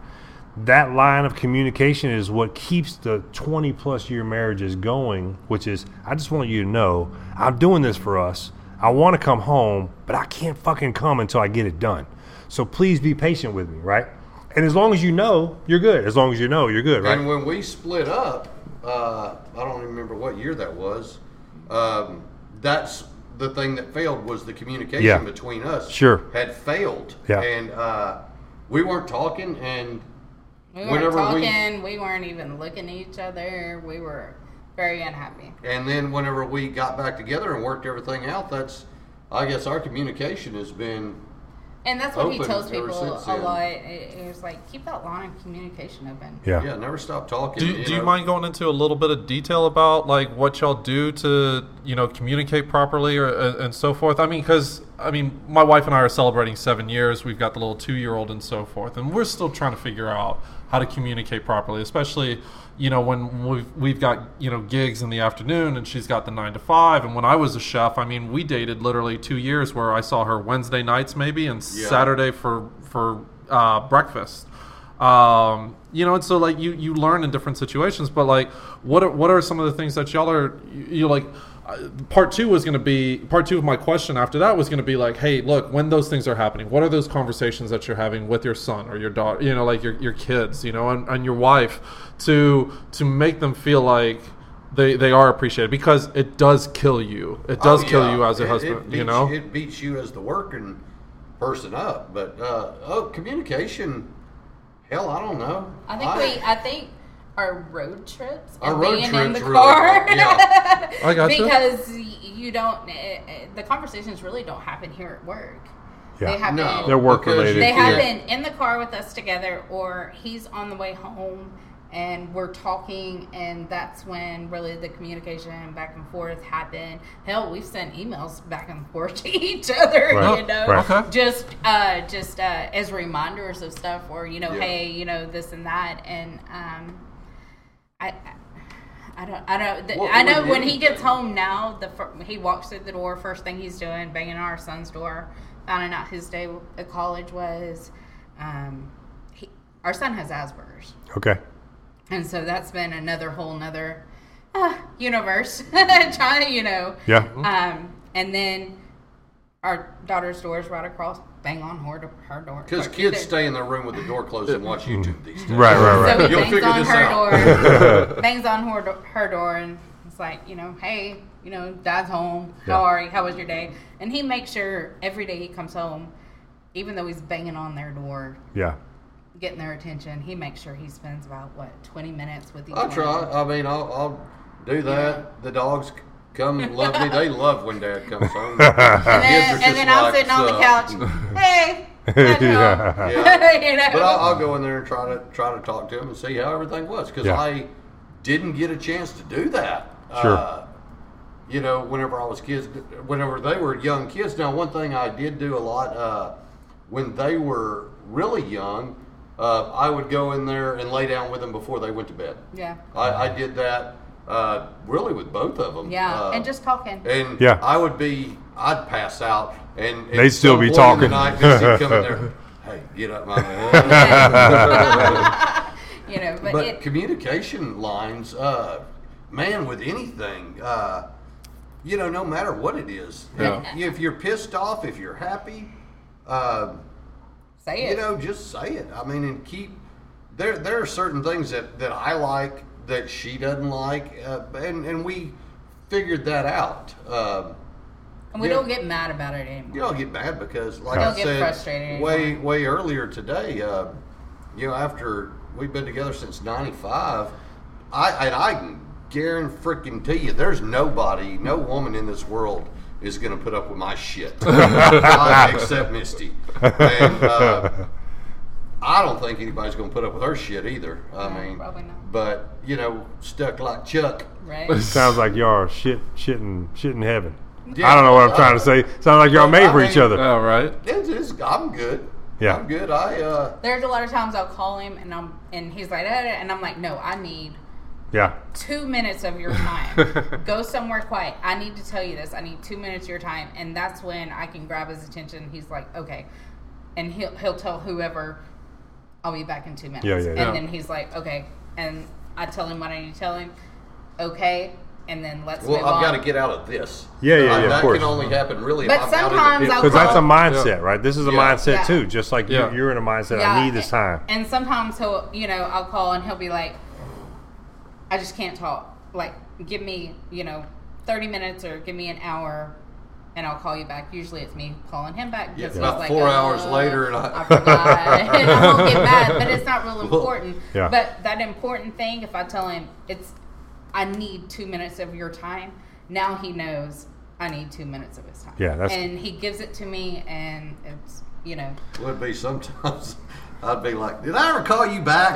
Speaker 4: that line of communication is what keeps the 20 plus year marriages going, which is I just want you to know I'm doing this for us. I want to come home, but I can't fucking come until I get it done. So please be patient with me, right? And as long as you know, you're good. As long as you know, you're good, right?
Speaker 3: And when we split up, uh, I don't even remember what year that was. Um, that's the thing that failed was the communication
Speaker 4: Yeah.
Speaker 3: between us.
Speaker 4: Sure.
Speaker 3: had failed.
Speaker 4: Yeah.
Speaker 3: and uh, we weren't talking, and
Speaker 5: we weren't
Speaker 3: whenever we-
Speaker 5: talking. We... weren't even looking at each other. We were very unhappy.
Speaker 3: and then whenever we got back together and worked everything out, that's I guess our communication has been
Speaker 5: And that's what he
Speaker 3: Open
Speaker 5: tells
Speaker 3: ever
Speaker 5: people
Speaker 3: since
Speaker 5: a
Speaker 3: then.
Speaker 5: lot. It, it was like, keep that line of communication open.
Speaker 4: Yeah.
Speaker 3: yeah, never stop talking.
Speaker 1: Do, you- do you
Speaker 3: know.
Speaker 1: mind going into a little bit of detail about like what y'all do to you know communicate properly or uh, and so forth? I mean, because I mean, my wife and I are celebrating seven years. We've got the little two-year-old and so forth, and we're still trying to figure out how to communicate properly, especially you know when we've we've got you know gigs in the afternoon and she's got the nine to five. And when I was a chef, I mean, we dated literally two years where I saw her Wednesday nights maybe and Saturday for for uh, breakfast um, you know, and so like you you learn in different situations. But like, what are, what are some of the things that y'all are you, you like? uh, Part two was going to be part two of my question. After that was going to be like, hey, look, when those things are happening, what are those conversations that you're having with your son or your daughter, you know, like your your kids, you know, and, and your wife, to to make them feel like they they are appreciated because it does kill you. It does
Speaker 3: Oh,
Speaker 1: kill
Speaker 3: yeah.
Speaker 1: you as a
Speaker 3: It- it
Speaker 1: husband, you
Speaker 3: beats-
Speaker 1: know.
Speaker 3: it beats you as the working person up. But uh, oh, communication. Hell, I don't know.
Speaker 5: I think we. I think our road trips
Speaker 3: Our
Speaker 5: and
Speaker 3: road
Speaker 5: being in
Speaker 3: trips
Speaker 5: the
Speaker 3: really-
Speaker 5: car.
Speaker 3: yeah.
Speaker 1: I gotcha.
Speaker 5: Because y- you don't. eh, eh, The conversations really don't happen here at work.
Speaker 4: Yeah.
Speaker 5: They happen.
Speaker 3: No,
Speaker 4: They're work
Speaker 3: because
Speaker 4: related.
Speaker 3: you
Speaker 5: They
Speaker 4: Yeah.
Speaker 3: can't-
Speaker 5: happen in the car with us together, or he's on the way home and we're talking, and that's when really the communication back and forth happened. Hell, we've sent emails back and forth to each other,
Speaker 4: Right.
Speaker 5: you know,
Speaker 4: Right. Okay.
Speaker 5: just uh, just uh, as reminders of stuff, or you know,
Speaker 3: Yeah.
Speaker 5: hey, you know, this and that, and um, I. I I don't. I don't. th-
Speaker 3: Well,
Speaker 5: I know
Speaker 3: with
Speaker 5: when he gets
Speaker 3: anything.
Speaker 5: home now, the fir- he walks through the door. First thing he's doing, banging on our son's door, finding out his day at college was. Um, he, our son has Asperger's,
Speaker 4: Okay.
Speaker 5: and so that's been another whole nother uh, universe. Trying to, you know.
Speaker 4: Yeah.
Speaker 5: Um, and then our daughter's door is right across. Bang on her, do- her door.
Speaker 3: Because
Speaker 5: Or
Speaker 3: kids
Speaker 5: either-
Speaker 3: stay in their room with the door closed and watch YouTube these days.
Speaker 4: Right, right, right.
Speaker 5: So he
Speaker 3: You'll
Speaker 5: bangs
Speaker 3: figure
Speaker 5: on
Speaker 3: this
Speaker 5: her
Speaker 3: out.
Speaker 5: door, bangs on her, do- her door, and it's like, you know, hey, you know, dad's home. How
Speaker 4: Yeah.
Speaker 5: are you? How was your day? And he makes sure every day he comes home, even though he's banging on their door,
Speaker 4: Yeah.
Speaker 5: getting their attention, he makes sure he spends about, what, 20 minutes with each
Speaker 3: I
Speaker 5: one.
Speaker 3: try. I mean, I'll, I'll do that. The dogs c- come and love me. They love when Dad comes home.
Speaker 5: And then,
Speaker 3: Kids are
Speaker 5: and then
Speaker 3: just
Speaker 5: I'm
Speaker 3: like, uh,
Speaker 5: sitting on the
Speaker 3: "Sup?"
Speaker 5: couch, hey, dad's
Speaker 4: Yeah.
Speaker 5: home.
Speaker 3: Yeah.
Speaker 5: you know?
Speaker 3: But I'll, I'll go in there and try to try to talk to him and see how everything was because
Speaker 4: Yeah.
Speaker 3: I didn't get a chance to do that.
Speaker 4: Sure.
Speaker 3: Uh, you know, whenever I was kids, whenever they were young kids. Now, one thing I did do a lot. Uh, when they were really young, uh, I would go in there and lay down with them before they went to bed.
Speaker 5: Yeah.
Speaker 3: I, I did that uh, really with both of them.
Speaker 5: Yeah.
Speaker 3: Uh,
Speaker 5: and just talking.
Speaker 3: and
Speaker 4: Yeah.
Speaker 3: I would be, I'd pass out, and and
Speaker 4: They'd still
Speaker 3: some
Speaker 4: be
Speaker 3: point
Speaker 4: talking.
Speaker 3: In the night, they'd still come in there. Hey, get up, my man.
Speaker 5: you know, but,
Speaker 3: but
Speaker 5: it,
Speaker 3: communication lines, uh, man, with anything, uh, you know, no matter what it is,
Speaker 1: Yeah.
Speaker 3: if, if you're pissed off, if you're happy, uh,
Speaker 5: say it.
Speaker 3: you know, just say it. I mean, and keep there. There are certain things that that I like that she doesn't like, uh, and and we figured that out. Um
Speaker 5: and we
Speaker 3: yeah.
Speaker 5: don't get mad about it anymore.
Speaker 3: you know, I get mad because, like
Speaker 5: Don't
Speaker 3: I
Speaker 5: get
Speaker 3: said,
Speaker 5: frustrated
Speaker 3: way way earlier today. Uh, you know, after we've been together since '95, I and I can guarantee freaking to you, there's nobody, no woman in this world is going to put up with my shit Uh, except Misty. And, uh, I don't think anybody's going to put up with her shit either. I
Speaker 5: No,
Speaker 3: mean,
Speaker 5: probably not.
Speaker 3: but you know, stuck like Chuck.
Speaker 5: Right?
Speaker 4: Sounds like y'all are shit, shitting, shitting heaven.
Speaker 3: Yeah.
Speaker 4: I don't know what I'm trying to say. Sounds like y'all made
Speaker 3: I
Speaker 4: for
Speaker 3: mean-
Speaker 4: each other.
Speaker 1: All right.
Speaker 3: It's, it's, I'm good.
Speaker 4: Yeah.
Speaker 3: I'm good. I uh,
Speaker 5: There's a lot of times I'll call him and I'm and he's like, "Eh," and I'm like, no, I need
Speaker 4: Yeah.
Speaker 5: two minutes of your time. Go somewhere quiet. I need to tell you this. I need two minutes of your time, and that's when I can grab his attention. He's like, okay, and he'll he'll tell whoever, I'll be back in two minutes.
Speaker 4: Yeah, yeah, yeah.
Speaker 5: And then he's like, okay, and I tell him what I need to tell him. Okay, and then let's
Speaker 3: Well,
Speaker 5: move
Speaker 3: I've
Speaker 5: on.
Speaker 3: got to get out of this.
Speaker 4: Yeah, yeah,
Speaker 3: Uh,
Speaker 4: yeah, of
Speaker 3: That
Speaker 4: course.
Speaker 3: can only happen really.
Speaker 5: But
Speaker 3: if I'm out in the
Speaker 5: sometimes
Speaker 3: field.
Speaker 5: I'll
Speaker 4: Because that's a
Speaker 5: Well,
Speaker 4: mindset,
Speaker 1: yeah.
Speaker 4: right? This is a
Speaker 3: Yeah.
Speaker 4: mindset
Speaker 5: Yeah.
Speaker 4: too. Just like
Speaker 1: Yeah.
Speaker 4: you, you're in a mindset. I
Speaker 5: Yeah,
Speaker 4: need this time.
Speaker 5: And sometimes he'll, you know, I'll call and he'll be like, I just can't talk. Like, give me, you know, 30 minutes or give me an hour and I'll call you back. Usually it's me calling him back.
Speaker 3: Yeah,
Speaker 5: because
Speaker 3: about
Speaker 5: he's like,
Speaker 3: four hours
Speaker 5: "Uh,
Speaker 3: later and I-
Speaker 5: I forgot. And I won't get mad, but it's not real important.
Speaker 4: Yeah.
Speaker 5: But that important thing, if I tell him it's, I need two minutes of your time, now he knows I need two minutes of his time.
Speaker 4: Yeah, that's-
Speaker 5: and he gives it to me and it's, you know,
Speaker 3: would be sometimes. I'd be like, "Did I ever call you back?"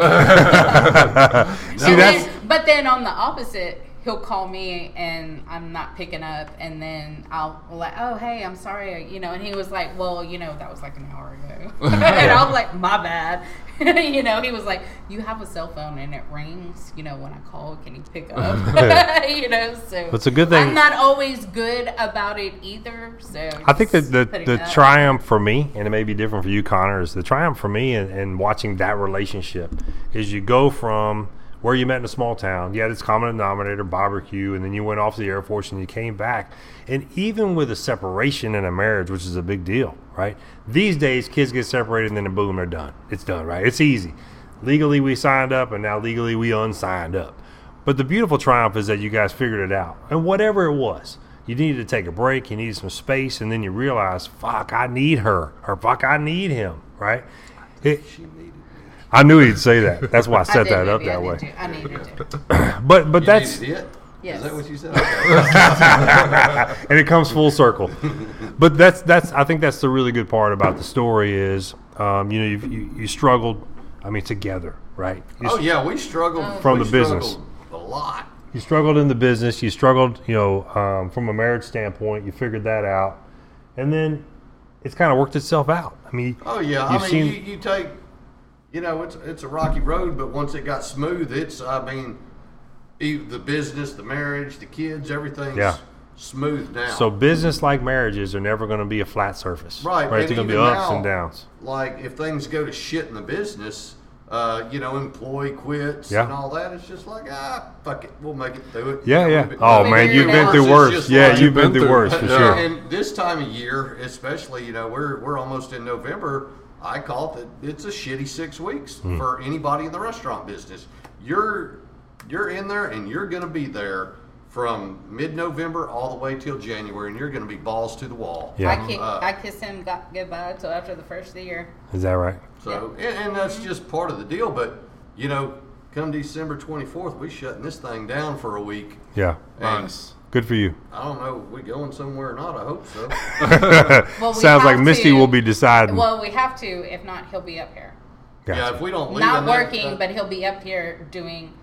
Speaker 4: See,
Speaker 5: And
Speaker 4: that's
Speaker 5: then- but then on the opposite, he'll call me and I'm not picking up, and then I'll like, oh hey, I'm sorry, you know. And he was like, well, you know, that was like an hour ago, and I was like, my bad, you know. He was like, you have a cell phone and it rings, you know, when I call, can you pick up, you know? So
Speaker 4: It's a good thing-
Speaker 5: I'm not always good about it either, so
Speaker 4: I think that
Speaker 5: just
Speaker 4: the,
Speaker 5: putting
Speaker 4: the
Speaker 5: that-
Speaker 4: triumph for me, and it may be different for you, Connor, is the triumph for me in, in watching that relationship is you go from where you met in a small town, you had this common denominator, barbecue, and then you went off to the Air Force and you came back. And even with a separation in a marriage, which is a big deal, right? These days, kids get separated and then boom, they're done. It's done, right? It's easy. Legally, we signed up, and now legally, we unsigned up. But the beautiful triumph is that you guys figured it out. And whatever it was, you needed to take a break, you needed some space, and then you realize, fuck, I need her, or fuck, I need him, right? It- I knew he'd say that. That's why I
Speaker 5: I
Speaker 4: set
Speaker 5: did,
Speaker 4: that up
Speaker 5: maybe
Speaker 4: that
Speaker 5: I did
Speaker 4: way.
Speaker 5: do- I needed to.
Speaker 4: But but
Speaker 3: You
Speaker 4: that's
Speaker 3: needed it.
Speaker 5: Yes.
Speaker 3: Is that what you said? Okay.
Speaker 4: and it comes full circle. But that's that's I think that's the really good part about the story is, um, you know, you, you you struggled. I mean, together, right? You
Speaker 3: oh yeah, we struggled
Speaker 4: From
Speaker 3: we
Speaker 4: the business.
Speaker 3: struggled a lot.
Speaker 4: you struggled in the business you struggled you know um, from a marriage standpoint you figured that out and then it's kind of worked itself out i mean
Speaker 3: Oh yeah,
Speaker 4: you've
Speaker 3: I mean,
Speaker 4: seen
Speaker 3: you, you take, you know, it's it's a rocky road, but once it got smooth, it's I mean, e- the business, the marriage, the kids, everything's
Speaker 4: Yeah.
Speaker 3: smooth now.
Speaker 4: so business like marriages are never going to be a flat surface
Speaker 3: Right.
Speaker 4: right
Speaker 3: and
Speaker 4: they're going to be
Speaker 3: even
Speaker 4: ups
Speaker 3: now,
Speaker 4: and downs
Speaker 3: Like if things go to shit in the business, uh, you know, employee quits
Speaker 4: Yeah.
Speaker 3: and all that. It's just like ah, fuck it, we'll make it through it. You
Speaker 4: yeah
Speaker 3: know,
Speaker 4: yeah
Speaker 3: we'll be-
Speaker 4: oh
Speaker 5: Maybe
Speaker 4: man
Speaker 5: your
Speaker 4: you've been
Speaker 5: house
Speaker 4: through
Speaker 5: is
Speaker 4: worse
Speaker 3: just
Speaker 4: yeah
Speaker 3: like- uh,
Speaker 4: you've been through
Speaker 1: Been
Speaker 4: worse for
Speaker 1: through-
Speaker 4: sure
Speaker 3: And this time of year, especially, you know, we're we're almost in November. I call it the, it's a shitty six weeks
Speaker 4: Hmm.
Speaker 3: for anybody in the restaurant business. You're you're in there and you're going to be there from mid-November all the way till January, and you're going to be balls to the wall.
Speaker 4: Yeah.
Speaker 5: I, ki-
Speaker 3: Uh,
Speaker 5: I kiss him go- goodbye till after the first of the year.
Speaker 4: is that right
Speaker 3: So, and, and that's just part of the deal. But you know, come December twenty fourth, we shutting this thing down for a week.
Speaker 4: yeah
Speaker 3: And
Speaker 1: Nice.
Speaker 4: good for you
Speaker 3: I don't know, if we going somewhere or not? I hope so.
Speaker 5: Well, we
Speaker 4: sounds like
Speaker 5: have
Speaker 4: misty
Speaker 5: to-
Speaker 4: will be deciding
Speaker 5: Well, we have to. If not, he'll be up here.
Speaker 3: yeah,
Speaker 4: Gotcha.
Speaker 3: if we don't leave,
Speaker 5: Not
Speaker 3: and that- uh,
Speaker 5: working,
Speaker 3: that-
Speaker 5: but he'll be up here doing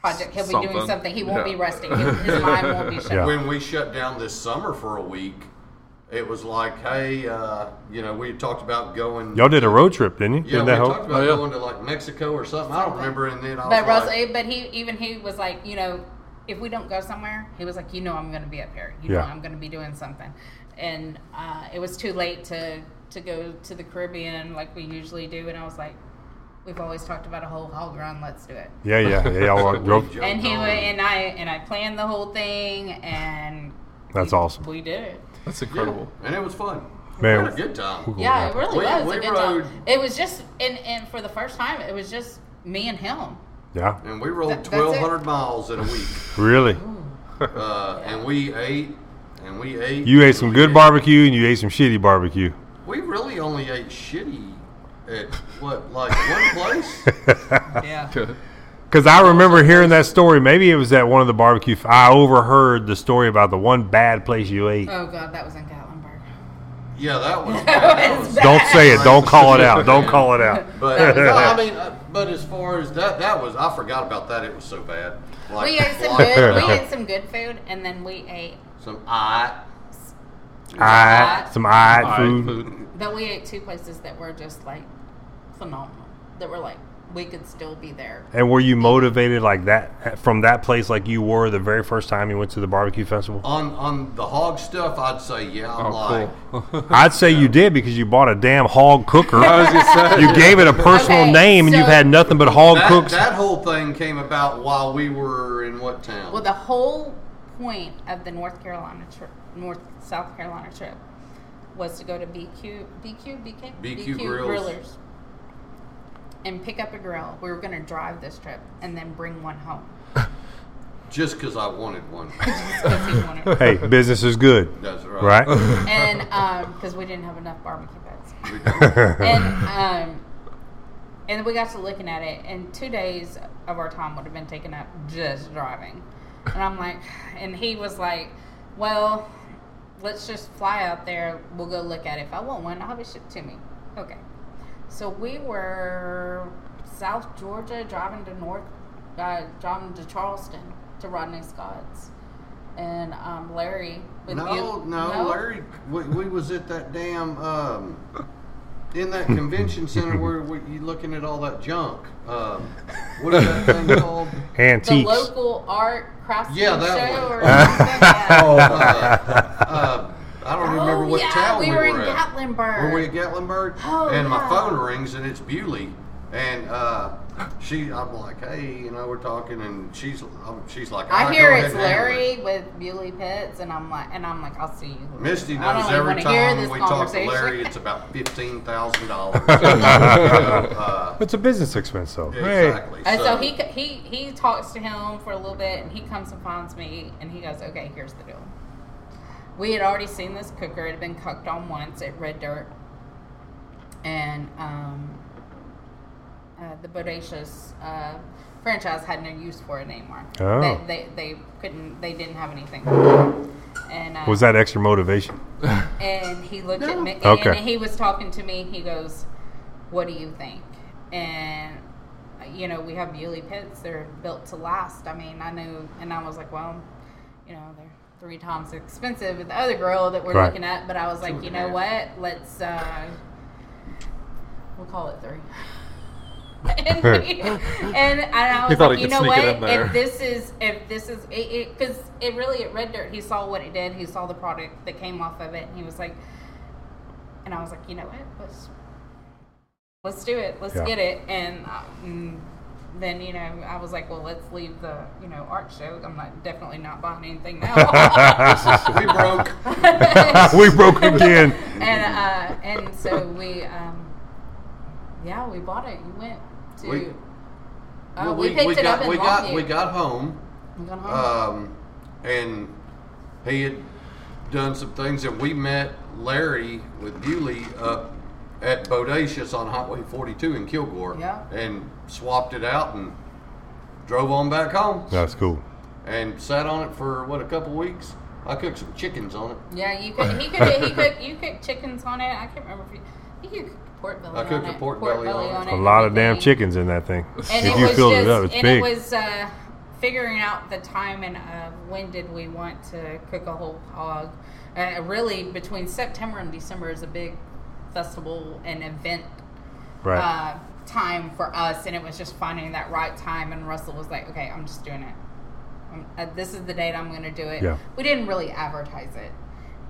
Speaker 5: project. He'll be
Speaker 1: Something.
Speaker 5: doing something. He won't
Speaker 1: Yeah.
Speaker 5: be resting. He'll, his mind won't be shut.
Speaker 4: Yeah.
Speaker 5: off.
Speaker 3: when we shut down this summer for a week, It was like, hey, uh, you know, we talked about going.
Speaker 4: Y'all did a road trip, didn't you?
Speaker 3: Yeah,
Speaker 4: didn't
Speaker 3: we
Speaker 4: that help?
Speaker 3: talked about
Speaker 1: Oh, yeah.
Speaker 3: going to like Mexico or something. I don't remember. And then I was
Speaker 5: But
Speaker 3: like,
Speaker 5: Russell, but he even he was like, you know, if we don't go somewhere, he was like, you know, I'm going to be up here. You
Speaker 4: Yeah.
Speaker 5: know, I'm going to be doing something. And uh, it was too late to to go to the Caribbean like we usually do. And I was like, we've always talked about a whole hog run. Let's do it.
Speaker 4: yeah, yeah, yeah. Y'all
Speaker 3: We
Speaker 4: drove.
Speaker 3: jumped
Speaker 5: and he
Speaker 3: on.
Speaker 5: wa and I and I planned the whole thing, and
Speaker 4: That's
Speaker 5: we-
Speaker 4: awesome.
Speaker 5: We did it.
Speaker 1: That's incredible.
Speaker 3: and it was fun.
Speaker 4: Man.
Speaker 3: we had a good time.
Speaker 4: Cool.
Speaker 5: Yeah, it really
Speaker 3: We-
Speaker 5: was
Speaker 3: we
Speaker 5: a good
Speaker 3: rode-
Speaker 5: time. It was just and and for the first time, it was just me and him.
Speaker 4: Yeah,
Speaker 3: And we rolled
Speaker 5: That- that's it.
Speaker 3: 1,200 miles in a week.
Speaker 4: really.
Speaker 3: Uh, and we ate, and we ate.
Speaker 4: You
Speaker 3: and
Speaker 4: ate some
Speaker 3: we
Speaker 4: good
Speaker 3: ate.
Speaker 4: barbecue and you ate some shitty barbecue.
Speaker 3: We really only ate shitty at what, like one place?
Speaker 5: Yeah.
Speaker 4: Because I remember hearing that story. Maybe it was at one of the barbecue. f- I overheard the story about the one bad place you ate.
Speaker 5: Oh God, that was in Gatlinburg.
Speaker 3: Yeah, that was. That was
Speaker 4: Don't say it. Don't call it out. Don't call it out.
Speaker 3: but no, I mean, uh, but as far as that, that was. I forgot about that. It was so bad. Like,
Speaker 5: We ate some
Speaker 3: like
Speaker 5: good. We ate some good food, and then we ate.
Speaker 3: some eye.
Speaker 4: I some eye
Speaker 1: Thai
Speaker 4: food.
Speaker 5: But we ate two places that were just like phenomenal. That were like we could still be there.
Speaker 4: And were you motivated like that from that place, like you were the very first time you went to the barbecue festival?
Speaker 3: On on the hog stuff, I'd say yeah. I'm like,
Speaker 1: Oh, cool.
Speaker 4: I'd say you did because you bought a damn hog cooker.
Speaker 1: I was gonna say.
Speaker 4: you gave it a personal
Speaker 5: Okay,
Speaker 4: name, and
Speaker 5: so-
Speaker 4: you've had nothing but hog
Speaker 3: that,
Speaker 4: cooks.
Speaker 3: that whole thing came about while we were in what town?
Speaker 5: Well, the whole point of the North Carolina trip, North South Carolina trip, was to go to BQ, BQ, BK,
Speaker 3: BQ Grills.
Speaker 5: Grillers, and pick up a grill. We were going to drive this trip and then bring one home.
Speaker 3: Just because I wanted one.
Speaker 5: Just 'cause he wanted-
Speaker 4: hey, business is good,
Speaker 3: That's right.
Speaker 4: right?
Speaker 5: and because we didn't have enough barbecue pits.
Speaker 3: Right.
Speaker 5: and um, and we got to looking at it, and two days of our time would have been taken up just driving. And I'm like, and he was like, well, let's just fly out there. We'll go look at it. If I want one, I'll have it shipped to me. Okay. So we were South Georgia driving to North, uh, driving to Charleston to Rodney Scott's. And um, Larry with
Speaker 3: No,
Speaker 5: you.
Speaker 3: no, Larry, we, we was at that damn um, in that convention center where we, you looking at all that junk. Um, what is that thing called?
Speaker 5: The
Speaker 4: Antiques.
Speaker 5: local art craftsman
Speaker 3: Yeah, that
Speaker 5: show
Speaker 3: one.
Speaker 5: or something. Yeah.
Speaker 3: Oh, uh, uh, I don't remember
Speaker 5: Oh,
Speaker 3: what
Speaker 5: yeah,
Speaker 3: town
Speaker 5: we
Speaker 3: we
Speaker 5: were in
Speaker 3: at.
Speaker 5: Gatlinburg.
Speaker 3: Were we at Gatlinburg?
Speaker 5: Oh,
Speaker 3: and my
Speaker 5: yeah.
Speaker 3: phone rings and it's Bewley, and uh, she, I'm like, hey, you know, we're talking, and she's, I'm, she's like,
Speaker 5: I
Speaker 3: "I'll
Speaker 5: hear
Speaker 3: go ahead
Speaker 5: it's
Speaker 3: and handle it."
Speaker 5: Larry with Bewley Pitts, and I'm like, and I'm like, I'll see you.
Speaker 3: Misty
Speaker 5: I don't
Speaker 3: knows
Speaker 5: even
Speaker 3: every
Speaker 5: wanna hear
Speaker 3: time
Speaker 5: this
Speaker 3: we talk to
Speaker 5: conversation.
Speaker 3: Larry, it's about fifteen thousand dollars. uh,
Speaker 4: It's a business expense, though.
Speaker 3: exactly.
Speaker 5: And so he uh, c- he he talks to him for a little bit, and he comes and finds me, and he goes, "Okay, here's the deal. We had already seen this cooker; it had been cooked on once at Red Dirt, and um, uh, the Bodacious uh, franchise had no use for it anymore.
Speaker 4: Oh.
Speaker 5: They, they they couldn't they didn't have anything. And uh,
Speaker 4: Hey, was that extra motivation?
Speaker 5: and he looked at me
Speaker 4: Okay.
Speaker 5: and he was talking to me he goes what do you think and you know we have Bewley pits they're built to last i mean i knew and i was like well you know they're three times expensive with the other girl that we're
Speaker 4: Right.
Speaker 5: looking at but i was like you know what let's uh we'll call it three and, we, and I was
Speaker 1: He thought
Speaker 5: like,
Speaker 1: he
Speaker 5: you
Speaker 1: could
Speaker 5: know
Speaker 1: sneak it in
Speaker 5: what?
Speaker 1: there."
Speaker 5: If this is, if this is, it because it, really at Red Dirt, he saw what it did. He saw the product that came off of it, and he was like, and I was like, you know what? Let's let's do it. Let's
Speaker 4: Yeah.
Speaker 5: get it. And, uh, mm, then you know, I was like, well, let's leave the you know art show. I'm not definitely not buying anything now.
Speaker 3: we broke.
Speaker 4: we broke again.
Speaker 5: and uh, and so we, um, yeah, we bought it. You went to.
Speaker 3: We-
Speaker 5: Oh,
Speaker 3: Well,
Speaker 5: we, picked it Uh-huh.
Speaker 3: got,
Speaker 5: up in
Speaker 3: we got
Speaker 5: Longview.
Speaker 3: we got home,
Speaker 5: We got home.
Speaker 3: um, and he had done some things, and we met Larry with Bewley up at Bodacious on Highway 42 in Kilgore,
Speaker 5: Yeah.
Speaker 3: and swapped it out and drove on back home
Speaker 4: That's cool.
Speaker 3: and sat on it for what a couple weeks. I cooked some chickens on it.
Speaker 5: yeah, you could. He could. He could. You cooked chickens on it. I can't remember if you. I think you cooked pork belly.
Speaker 3: I cooked
Speaker 5: on
Speaker 3: a
Speaker 5: it,
Speaker 3: pork belly on it.
Speaker 4: A
Speaker 5: and
Speaker 4: lot of damn
Speaker 5: everything.
Speaker 4: chickens in that thing.
Speaker 5: And
Speaker 4: if
Speaker 5: it
Speaker 4: you
Speaker 5: was
Speaker 4: filled
Speaker 5: just,
Speaker 4: it up, it's
Speaker 5: and
Speaker 4: big.
Speaker 5: it was uh, figuring out the timing of when did we want to cook a whole hog. And really, between September and December is a big festival and event
Speaker 4: Right.
Speaker 5: uh, time for us, and it was just finding that right time. And Russell was like, "Okay, I'm just doing it. Um, uh, this is the date I'm going to do it."
Speaker 4: Yeah.
Speaker 5: We didn't really advertise it,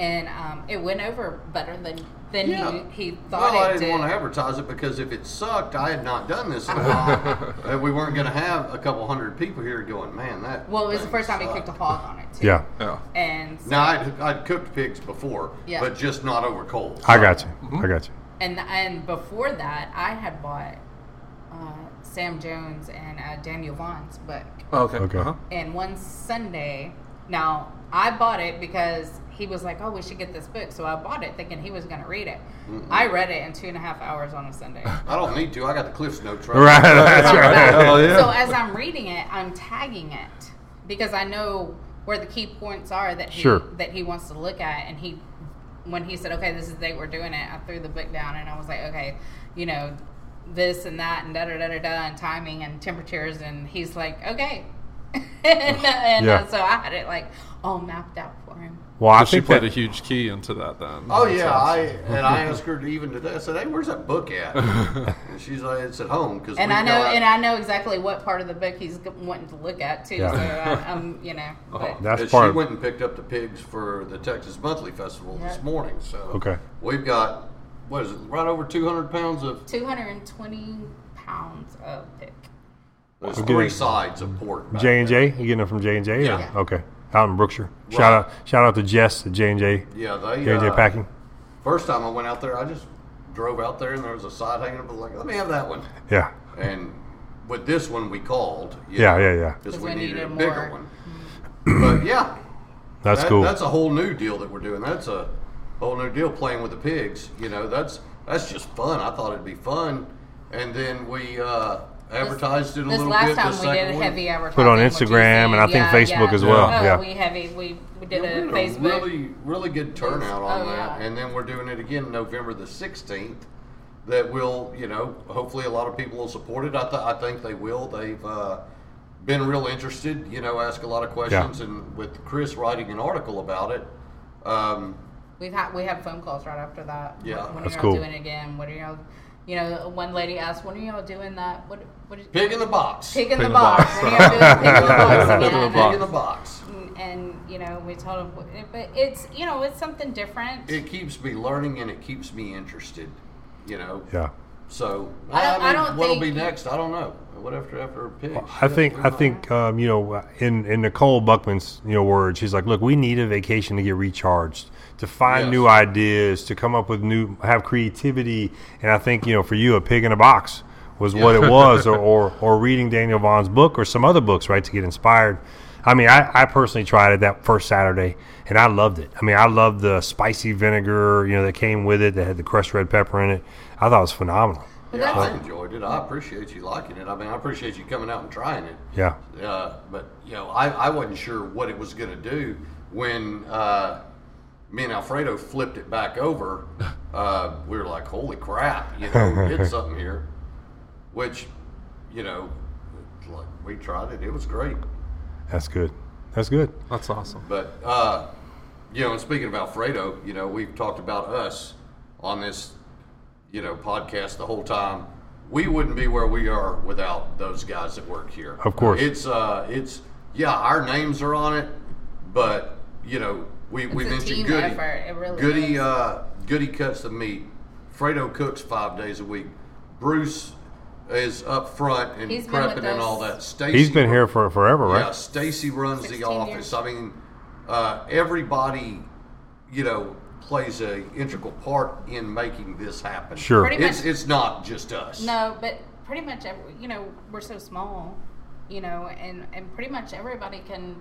Speaker 5: and um, it went over better than than
Speaker 3: Yeah.
Speaker 5: he, he thought
Speaker 3: Well, I
Speaker 5: it
Speaker 3: didn't
Speaker 5: did.
Speaker 3: want to advertise it because if it sucked, I had not done this in a while, and we weren't going to have a couple hundred people here going, "Man, that."
Speaker 5: well, it was the
Speaker 3: thing
Speaker 5: first time he
Speaker 3: sucked."
Speaker 5: cooked a hog on it too.
Speaker 4: yeah.
Speaker 1: Yeah.
Speaker 5: and so-
Speaker 3: Now I'd, I'd cooked pigs before,
Speaker 5: Yeah.
Speaker 3: but just not over coals.
Speaker 4: I got you. I got you.
Speaker 5: and and before that, I had bought uh, Sam Jones and uh, Daniel Vaughn's book.
Speaker 1: Okay.
Speaker 4: Okay.
Speaker 1: Uh-huh.
Speaker 5: And one Sunday, now I bought it because he was like, "Oh, we should get this book," so I bought it thinking he was going to read it. I read it in two and a half hours on a Sunday.
Speaker 3: I don't need to. I got the Cliff's Notes right.
Speaker 4: Right. That's
Speaker 1: Yeah,
Speaker 4: right.
Speaker 1: Hell yeah.
Speaker 5: So as I'm reading it, I'm tagging it because I know where the key points are that he,
Speaker 4: Sure.
Speaker 5: that he wants to look at. And he, when he said, "Okay, this is the date we're doing it," I threw the book down and I was like, "Okay, you know, this and that and da da da da da and timing and temperatures." And he's like, "Okay," and, and uh,
Speaker 4: Yeah.
Speaker 5: so I had it like all mapped out for him.
Speaker 4: Well, I
Speaker 1: But she
Speaker 4: think
Speaker 1: played
Speaker 4: that,
Speaker 1: a huge key into that then.
Speaker 3: Oh
Speaker 1: That
Speaker 3: yeah,
Speaker 1: sounds-
Speaker 3: I and I asked her even today. I said, "Hey, where's that book at?" and she's like, "It's at home." Because
Speaker 5: And I know, and I know exactly what part of the book he's g- wanting to look at too.
Speaker 4: Yeah.
Speaker 5: So I, um, you know,
Speaker 1: Oh,
Speaker 5: but-
Speaker 4: That's
Speaker 3: And
Speaker 4: part
Speaker 3: She
Speaker 4: of-
Speaker 3: went and picked up the pigs for the Texas Monthly Festival this
Speaker 5: Yeah.
Speaker 3: morning. So
Speaker 4: Okay.
Speaker 3: we've got what is it? Right over two hundred pounds of
Speaker 5: 220 pounds of pick.
Speaker 3: there's
Speaker 4: We'll get
Speaker 3: three
Speaker 4: it.
Speaker 3: sides of pork. back
Speaker 4: J and
Speaker 3: there.
Speaker 4: J. You getting it from J and J?
Speaker 3: Yeah.
Speaker 4: Okay. Out in Brookshire. Shout out. Shout out to Jess at J and J.
Speaker 3: Yeah, they.
Speaker 4: J and J
Speaker 3: uh,
Speaker 4: Packing.
Speaker 3: First time I went out there, I just drove out there and there was a side hanging up. I was like, "Let me have that one."
Speaker 4: Yeah.
Speaker 3: And with this one, we called. you
Speaker 4: Yeah.
Speaker 3: know,
Speaker 4: Yeah. Yeah.
Speaker 3: Because
Speaker 5: 'Cause
Speaker 3: we
Speaker 5: we
Speaker 3: needed,
Speaker 5: needed
Speaker 3: a bigger
Speaker 5: more.
Speaker 3: one. but yeah,
Speaker 4: That's
Speaker 3: that-
Speaker 4: cool.
Speaker 3: That's a whole new deal that we're doing. That's a whole new deal playing with the pigs. You know, that's that's just fun. I thought it'd be fun, and then we uh, advertised it a
Speaker 5: This
Speaker 3: little
Speaker 5: last
Speaker 3: bit.
Speaker 5: time
Speaker 3: the
Speaker 5: we did
Speaker 3: second one.
Speaker 5: heavy advertising.
Speaker 4: Put on
Speaker 5: which you
Speaker 4: Instagram and I think
Speaker 5: yeah,
Speaker 4: Facebook
Speaker 5: yeah.
Speaker 4: as well,
Speaker 5: Oh,
Speaker 4: yeah.
Speaker 5: we heavy. We, we did
Speaker 3: Yeah,
Speaker 5: a
Speaker 3: we had a
Speaker 5: Facebook.
Speaker 3: really, really good turnout on
Speaker 5: Oh,
Speaker 3: that,
Speaker 5: yeah.
Speaker 3: and then we're doing it again November the sixteenth. That will, you know, hopefully a lot of people will support it. I, th- I think they will. They've uh, been real interested. You know, ask a lot of questions, and with Chris writing an article about it, um,
Speaker 5: We've had we had phone calls right after that.
Speaker 3: Yeah.
Speaker 5: When
Speaker 4: That's
Speaker 5: are y'all
Speaker 4: cool.
Speaker 5: doing it again? What are y'all? You know, one lady asked, "When are y'all doing that? What? What? Is,
Speaker 3: pig in the box.
Speaker 5: pig in the box. When are y'all doing pig in the box
Speaker 1: Pig in the
Speaker 5: again?"
Speaker 1: box.
Speaker 3: Pig in the box.
Speaker 5: And, and, you know, we told them, but it's you know, it's something different.
Speaker 3: It keeps me learning, and it keeps me interested. You know.
Speaker 4: yeah.
Speaker 3: So
Speaker 5: I don't- I
Speaker 3: mean,
Speaker 5: don't
Speaker 3: what'll
Speaker 5: think
Speaker 3: be
Speaker 5: you-
Speaker 3: next? I don't know. What after after pig?
Speaker 4: I think I think um, you know in in Nicole Buckman's you know words, she's like, look, we need a vacation to get recharged, to find
Speaker 3: Yes.
Speaker 4: new ideas, to come up with new, have creativity, and I think you know for you, a pig in a box was what it was, or, or or reading Daniel Vaughn's book or some other books, right, to get inspired. I mean, I, I personally tried it that first Saturday, and I loved it. I mean, I loved the spicy vinegar, you know, that came with it, that had the crushed red pepper in it. I thought it was phenomenal.
Speaker 5: But
Speaker 3: Yeah,
Speaker 5: that's-
Speaker 3: I enjoyed it. I appreciate you liking it. I mean, I appreciate you coming out and trying it.
Speaker 4: Yeah,
Speaker 3: Uh, but you know, I, I wasn't sure what it was going to do when uh, me and Alfredo flipped it back over. Uh, we were like, "Holy crap!" You know, we did something here, which, you know, like we tried it. It was great.
Speaker 4: that's good. That's good.
Speaker 1: That's awesome.
Speaker 3: But uh, you know, and speaking of Alfredo, you know, we've talked about us on this, you know, podcast the whole time. We wouldn't be where we are without those guys that work here.
Speaker 4: Of course.
Speaker 3: it's uh, it's yeah, our names are on it, but you know, we we
Speaker 5: a
Speaker 3: mentioned
Speaker 5: team
Speaker 3: Goody.
Speaker 5: effort. It really
Speaker 3: Goody
Speaker 5: is.
Speaker 3: uh, Goody cuts the meat. Fredo cooks five days a week. Bruce is up front and
Speaker 5: He's been with
Speaker 3: prepping and all
Speaker 5: us-
Speaker 3: that. Stacy
Speaker 4: He's been here for forever, right?
Speaker 3: yeah, Stacy runs the
Speaker 5: 16
Speaker 3: office.
Speaker 5: years.
Speaker 3: I mean, uh, everybody, you know, plays a integral part in making this happen.
Speaker 4: Sure.
Speaker 5: Pretty
Speaker 3: it's
Speaker 5: much-
Speaker 3: it's not just us.
Speaker 5: No, but pretty much every, you know, we're so small, you know, and and pretty much everybody can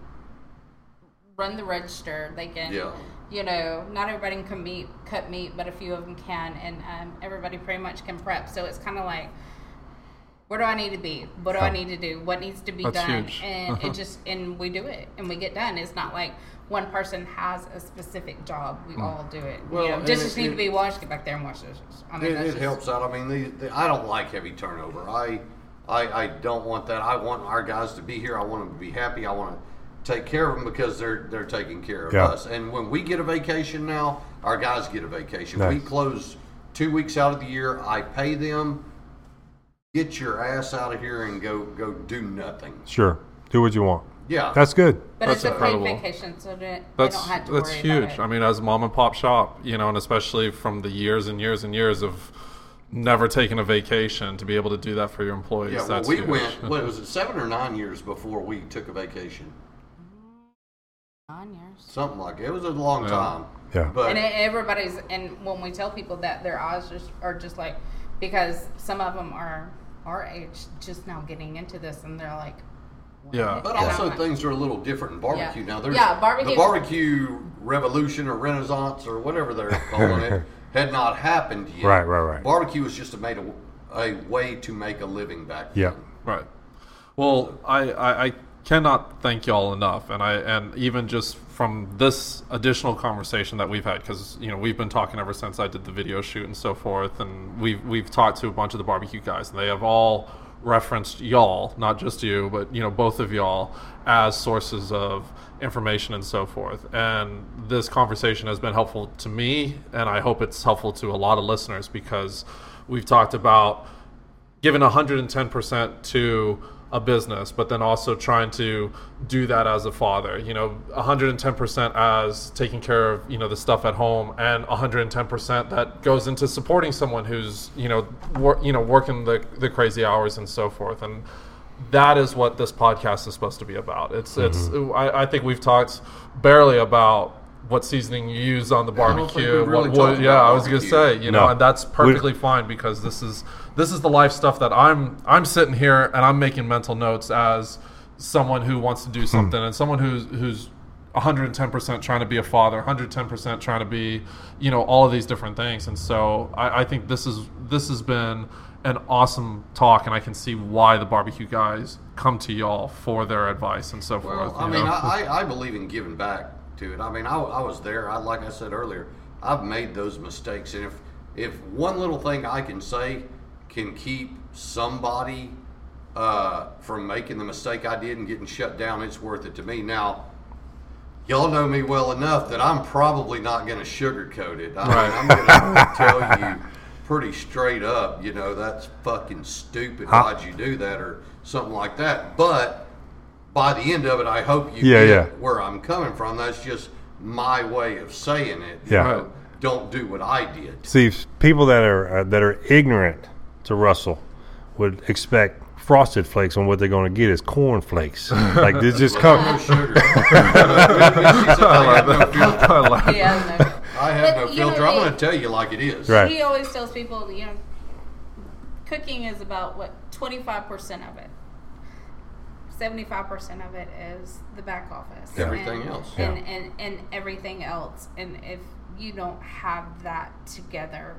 Speaker 5: run the register. They can,
Speaker 3: Yeah.
Speaker 5: you know, not everybody can cut meat, cut meat, but a few of them can, and um, everybody pretty much can prep. So it's kind of like. Where do I need to be? What do I need to do? What needs to be
Speaker 1: That's
Speaker 5: done?
Speaker 1: huge. Uh-huh.
Speaker 5: And it just and we do it and we get done. It's not like one person has a specific job.
Speaker 1: Hmm.
Speaker 5: We all do it.
Speaker 3: Well,
Speaker 5: you know,
Speaker 3: and
Speaker 5: dishes
Speaker 3: it-
Speaker 5: need
Speaker 3: it-
Speaker 5: to be washed. Get back there and wash dishes. I
Speaker 3: it,
Speaker 5: that's
Speaker 3: it
Speaker 5: just-
Speaker 3: helps out. I mean, the, the, I don't like heavy turnover. I, I I don't want that. I want our guys to be here. I want them to be happy. I want to take care of them because they're they're taking care of
Speaker 4: Yeah.
Speaker 3: us. And when we get a vacation now, our guys get a vacation. We
Speaker 4: Nice.
Speaker 3: close two weeks out of the year. I pay them. Get your ass out of here and go go do nothing.
Speaker 4: Sure. Do what you want.
Speaker 3: Yeah,
Speaker 4: That's good.
Speaker 5: But
Speaker 1: That's
Speaker 5: it's a paid
Speaker 1: incredible.
Speaker 5: vacation, so they, they
Speaker 1: That's
Speaker 5: don't have to
Speaker 1: that's
Speaker 5: worry
Speaker 1: huge. I
Speaker 5: About it.
Speaker 1: mean, as a mom and pop shop, you know, and especially from the years and years and years of never taking a vacation to be able to do that for your employees.
Speaker 3: yeah. Well,
Speaker 1: that's
Speaker 3: we
Speaker 1: huge.
Speaker 3: went. What was it? Seven or nine years before we took a vacation.
Speaker 5: Nine years.
Speaker 3: Something like it. It was a long
Speaker 1: Yeah.
Speaker 3: time.
Speaker 4: Yeah.
Speaker 3: But
Speaker 5: And it, everybody's, and when we tell people that, their eyes just are just like, because some of them are our age, just now getting into this, and they're like, what?
Speaker 1: Yeah.
Speaker 3: But
Speaker 5: And I'm
Speaker 3: also
Speaker 5: like,
Speaker 3: things are a little different in barbecue
Speaker 5: Yeah.
Speaker 3: now. There's
Speaker 5: Yeah, barbecue-
Speaker 3: The barbecue revolution or renaissance or whatever they're calling it had not happened yet.
Speaker 4: Right, right, right.
Speaker 3: Barbecue was just a made a, a way to make a living back then.
Speaker 4: Yeah.
Speaker 1: Right. Well, I, I, I cannot thank y'all enough, and I and even just from this additional conversation that we've had, because you know we've been talking ever since I did the video shoot and so forth, and we've we've talked to a bunch of the barbecue guys, and they have all referenced y'all, not just you, but you know both of y'all as sources of information and so forth. And this conversation has been helpful to me, and I hope it's helpful to a lot of listeners because we've talked about giving 110% to a business but then also trying to do that as a father you know 110% as taking care of you know the stuff at home and 110% that goes into supporting someone who's you know wor- you know working the, the crazy hours and so forth and that is what this podcast is supposed to be about it's it's I, I think we've talked barely about what seasoning you use on the
Speaker 3: I don't think we
Speaker 1: barbecue and
Speaker 3: really
Speaker 1: what, what
Speaker 3: talked
Speaker 1: yeah
Speaker 3: about
Speaker 1: i was gonna
Speaker 3: barbecue.
Speaker 1: say you know
Speaker 4: No.
Speaker 1: and that's
Speaker 4: We-
Speaker 1: perfectly fine because this is this is the life stuff that i'm i'm sitting here and i'm making mental notes as someone who wants to do something and someone who's who's 110% trying to be a father 110% trying to be you know all of these different things and so i, I think this is this has been an awesome talk and i can see why the barbecue guys come to y'all for their advice and so
Speaker 3: Well,
Speaker 1: forth
Speaker 3: I
Speaker 1: you
Speaker 3: mean,
Speaker 1: know?
Speaker 3: I, I, I believe in giving back to it. I mean, I, I was there. I like I said earlier, I've made those mistakes, and if if one little thing I can say can keep somebody uh, from making the mistake I did and getting shut down, it's worth it to me. Now, y'all know me well enough that I'm probably not going to sugarcoat it. I mean,
Speaker 1: Right.
Speaker 3: I'm going to tell you pretty straight up, you know, that's fucking stupid.
Speaker 4: Huh.
Speaker 3: Why'd you do that or something like that? But by the end of it, I hope you
Speaker 4: Yeah,
Speaker 3: get
Speaker 4: yeah.
Speaker 3: where I'm coming from. That's just my way of saying it. you
Speaker 4: Yeah.
Speaker 3: know. Don't do what I did.
Speaker 4: See, people that are uh, that are ignorant to Russell would expect frosted flakes on what they're going to get is corn flakes. like this just
Speaker 3: No
Speaker 4: come.
Speaker 3: sugar. She said, I have no filter.
Speaker 1: I laugh.
Speaker 5: Yeah, no.
Speaker 3: I have
Speaker 5: But
Speaker 3: no
Speaker 5: you know,
Speaker 3: filter. I'm
Speaker 5: they-
Speaker 3: going to tell you like it is.
Speaker 4: Right.
Speaker 5: He always tells people, you know, cooking is about what twenty five percent of it. Seventy five percent of it is the back office. and-
Speaker 3: Everything else.
Speaker 5: And,
Speaker 4: Yeah.
Speaker 5: and and everything else. And if you don't have that together,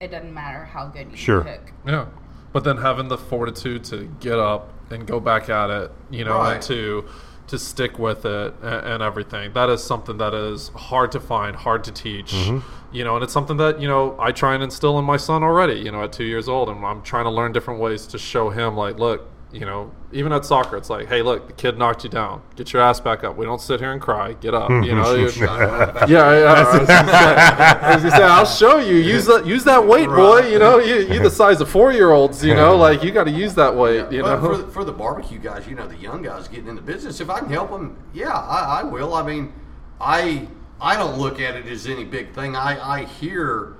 Speaker 5: it doesn't matter how good you
Speaker 4: Sure.
Speaker 5: cook.
Speaker 1: Yeah. But then having the fortitude to get up and go back at it, you know,
Speaker 3: Right.
Speaker 1: and to to stick with it and, and everything. That is something that is hard to find, hard to teach. You know, and it's something that, you know, I try and instill in my son already, you know, at 2 years old and I'm trying to learn different ways to show him like, look, you know, even at soccer, it's like, hey, look, the kid knocked you down. Get your ass back up. We don't sit here and cry. Get up. You know, you're- yeah, yeah. I was gonna say- I was gonna say, I'll show you. Use that, use that weight, boy. You know, you you the size of four year olds. You know, like you got to use that weight. You
Speaker 3: But for,
Speaker 1: know,
Speaker 3: the- for the barbecue guys, you know, the young guys getting in the business, if I can help them, yeah, I, I will. I mean, I I don't look at it as any big thing. I, I hear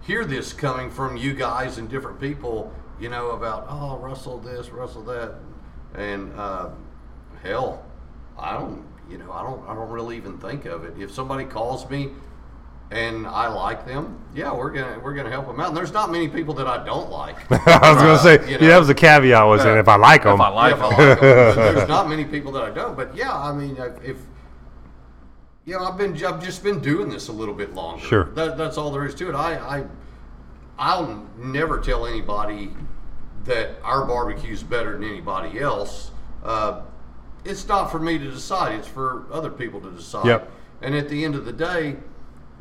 Speaker 3: hear this coming from you guys and different people, you know, about oh Russell this, Russell that, and uh, hell, I don't, you know, I don't I don't really even think of it. If somebody calls me. And I like them. Yeah, we're gonna we're gonna help them out. And there's not many people that I don't like.
Speaker 4: I was going to say,
Speaker 3: You
Speaker 4: yeah, that
Speaker 3: know.
Speaker 4: was the caveat was, and if I like them,
Speaker 1: if I like
Speaker 3: Yeah, if
Speaker 1: him.
Speaker 3: I like 'em. But there's not many people that I don't. But yeah, I mean, if- if you know, I've been I've just been doing this a little bit longer.
Speaker 4: Sure.
Speaker 3: that, that's all there is to it. I, I I'll never tell anybody that our barbecue's better than anybody else. Uh, it's not for me to decide. It's for other people to decide.
Speaker 4: Yep.
Speaker 3: And at the end of the day,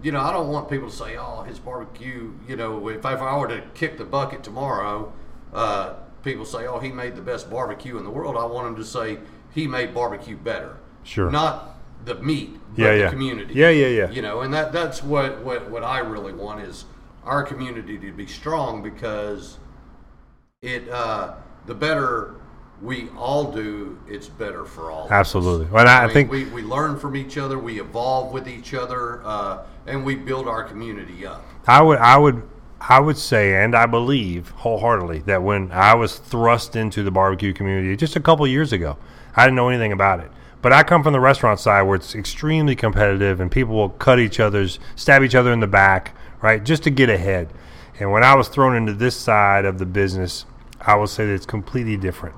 Speaker 3: you know, I don't want people to say, "Oh, his barbecue." You know, if, if I were to kick the bucket tomorrow, uh, people say, "Oh, he made the best barbecue in the world." I want them to say, he made barbecue better.
Speaker 4: Sure.
Speaker 3: Not the meat, but
Speaker 4: Yeah,
Speaker 3: the
Speaker 4: yeah.
Speaker 3: community.
Speaker 4: Yeah, yeah, yeah.
Speaker 3: You know, and that that's what, what, what I really want is our community to be strong because it uh, the better we all do, it's better for all. of us.
Speaker 4: Absolutely. And I, I
Speaker 3: mean,
Speaker 4: think
Speaker 3: we, we learn from each other, we evolve with each other, uh, and we build our community up.
Speaker 4: I would I would I would say and I believe wholeheartedly that when I was thrust into the barbecue community just a couple years ago, I didn't know anything about it. But I come from the restaurant side where it's extremely competitive and people will cut each other's stab each other in the back, right, just to get ahead. And when I was thrown into this side of the business, I will say that it's completely different.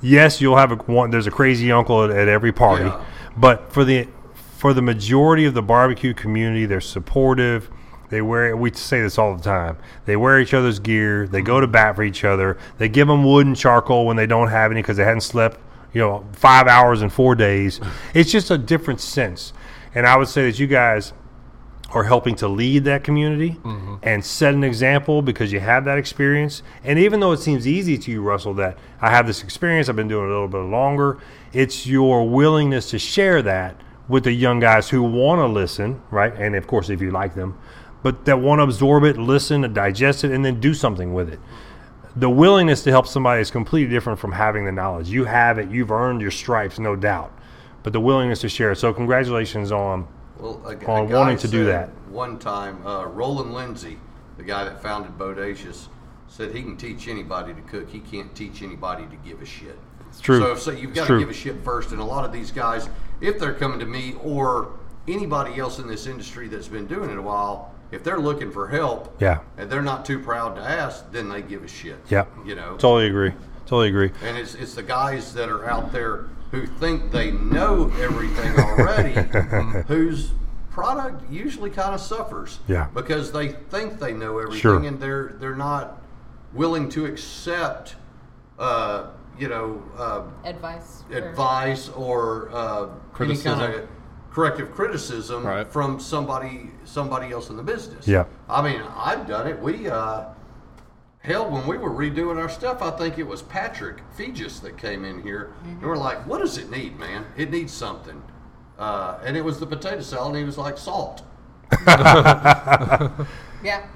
Speaker 4: Yes, you'll have a one there's a crazy uncle at, at every party,
Speaker 3: Yeah.
Speaker 4: but for the for the majority of the barbecue community, they're supportive. They wear we say this all the time. They wear each other's gear. They go to bat for each other. They give them wood and charcoal when they don't have any because they hadn't slept, you know, five hours in four days. It's just a different sense. And I would say that you guys are helping to lead that community and set an example because you have that experience. And even though it seems easy to you, Russell, that I have this experience, I've been doing it a little bit longer, it's your willingness to share that with the young guys who want to listen, right? And of course, if you like them, but that want to absorb it, listen, and digest it, and then do something with it the willingness to help somebody is completely different from having the knowledge. You have it, you've earned your stripes, no doubt. But the willingness to share. So congratulations on
Speaker 3: Well, a, a
Speaker 4: Or
Speaker 3: guy
Speaker 4: wanting to do
Speaker 3: said
Speaker 4: that.
Speaker 3: One time, uh, Roland Lindsay, the guy that founded Bodacious, said he can teach anybody to cook. He can't teach anybody to give a shit. It's
Speaker 4: true.
Speaker 3: So, so you've
Speaker 4: It's
Speaker 3: got
Speaker 4: true.
Speaker 3: to give a shit first. And a lot of these guys, if they're coming to me or anybody else in this industry that's been doing it a while, if they're looking for help,
Speaker 4: Yeah.
Speaker 3: and they're not too proud to ask, then they give a shit.
Speaker 4: Yep.
Speaker 3: You know.
Speaker 4: Totally agree. Totally agree.
Speaker 3: And it's, it's the guys that are out there who think they know everything already, whose product usually kind of suffers.
Speaker 4: Yeah.
Speaker 3: Because they think they know everything
Speaker 4: Sure.
Speaker 3: and they're they're not willing to accept, uh, you know, uh,
Speaker 5: Advice. or-
Speaker 3: advice or uh, any
Speaker 1: Criticism.
Speaker 3: kind of corrective criticism
Speaker 1: Right.
Speaker 3: from somebody somebody else in the business.
Speaker 4: Yeah.
Speaker 3: I mean, I've done it. We uh, hell when we were redoing our stuff, I think it was Patrick Fegis that came in here, and we're like, "What does it need, man? It needs something." Uh, and it was the potato salad, and he was like, "Salt."
Speaker 5: Yeah.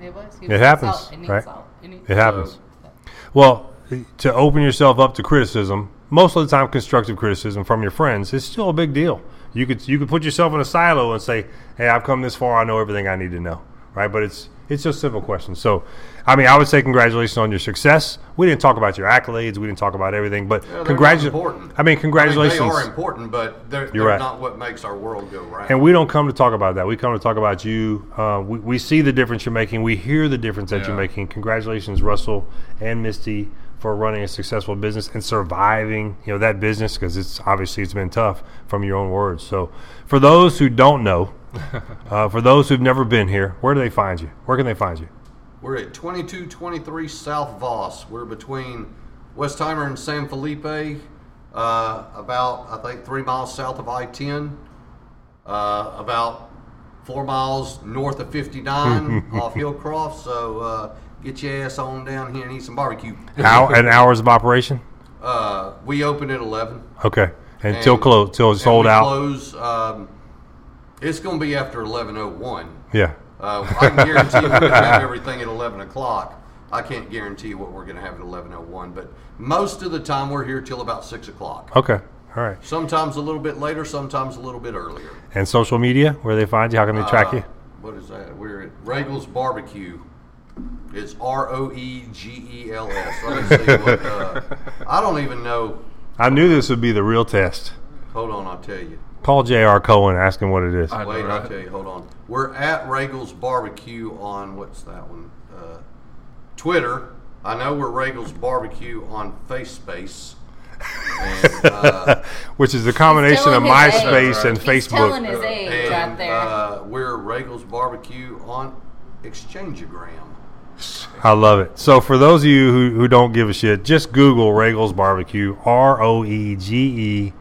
Speaker 5: It was. He
Speaker 4: It
Speaker 5: was
Speaker 4: happens,
Speaker 5: Salt. It needs
Speaker 4: right?
Speaker 5: salt. It, needs
Speaker 4: It happens.
Speaker 5: salt.
Speaker 4: Well, to open yourself up to criticism, most of the time constructive criticism from your friends is still a big deal. You could you could put yourself in a silo and say, "Hey, I've come this far. I know everything I need to know." Right? But it's it's just simple questions. So, I mean, I would say congratulations on your success. We didn't talk about your accolades. We didn't talk about everything, but
Speaker 3: Yeah, they're not
Speaker 4: congratulations.
Speaker 3: important.
Speaker 4: I mean, congratulations.
Speaker 3: they are important, but they're, they're
Speaker 4: You're right.
Speaker 3: not what makes our world go round.
Speaker 4: And we don't come to talk about that. We come to talk about you. Uh, we, we see the difference you're making. We hear the difference that you're
Speaker 1: Yeah.
Speaker 4: making. Congratulations, Russell and Misty, for running a successful business and surviving. You know that business because it's obviously it's been tough from your own words. So, for those who don't know, uh, for those who've never been here, where do they find you? Where can they find you?
Speaker 3: We're at 2223 South Voss. We're between Westheimer and San Felipe, uh, about, I think, three miles south of I 10, uh, about four miles north of 59 off Hillcroft. So uh, get your ass on down here and eat some barbecue.
Speaker 4: How and hours of operation?
Speaker 3: Uh, we open at 11.
Speaker 4: Okay, until
Speaker 3: And-
Speaker 4: close, till it's
Speaker 3: and
Speaker 4: sold
Speaker 3: we
Speaker 4: out.
Speaker 3: Close, um, it's going to be after 1101.
Speaker 4: Yeah,
Speaker 3: Uh, I can guarantee we're going to have everything at 11 o'clock. I can't guarantee what we're going to have at 11.01, but most of the time we're here till about 6 o'clock.
Speaker 4: okay, all right.
Speaker 3: Sometimes a little bit later, sometimes a little bit earlier.
Speaker 4: And social media, where they find you? How can they track
Speaker 3: Uh,
Speaker 4: you?
Speaker 3: What is that? We're at Regal's Barbecue. It's R O E G E L S. Let me see what. Uh, I don't even know.
Speaker 4: I knew this would be the real test.
Speaker 3: Hold on, I'll tell you.
Speaker 4: Call J.R. Cohen, ask him what it is.
Speaker 1: I know,
Speaker 3: Wait, I'll
Speaker 1: right?
Speaker 3: tell you. Hold on. We're at Regal's Barbecue on what's that one? Uh, Twitter. I know we're Regal's Barbecue on FaceSpace. And, uh,
Speaker 4: Which is a combination of
Speaker 5: telling his age.
Speaker 4: MySpace and
Speaker 5: He's telling
Speaker 4: Facebook.
Speaker 5: his age right
Speaker 3: and
Speaker 5: there.
Speaker 3: uh, we're Regal's Barbecue on Exchangeagram.
Speaker 4: I love it. So for those of you who, who don't give a shit, just Google Regal's Barbecue, R O E G E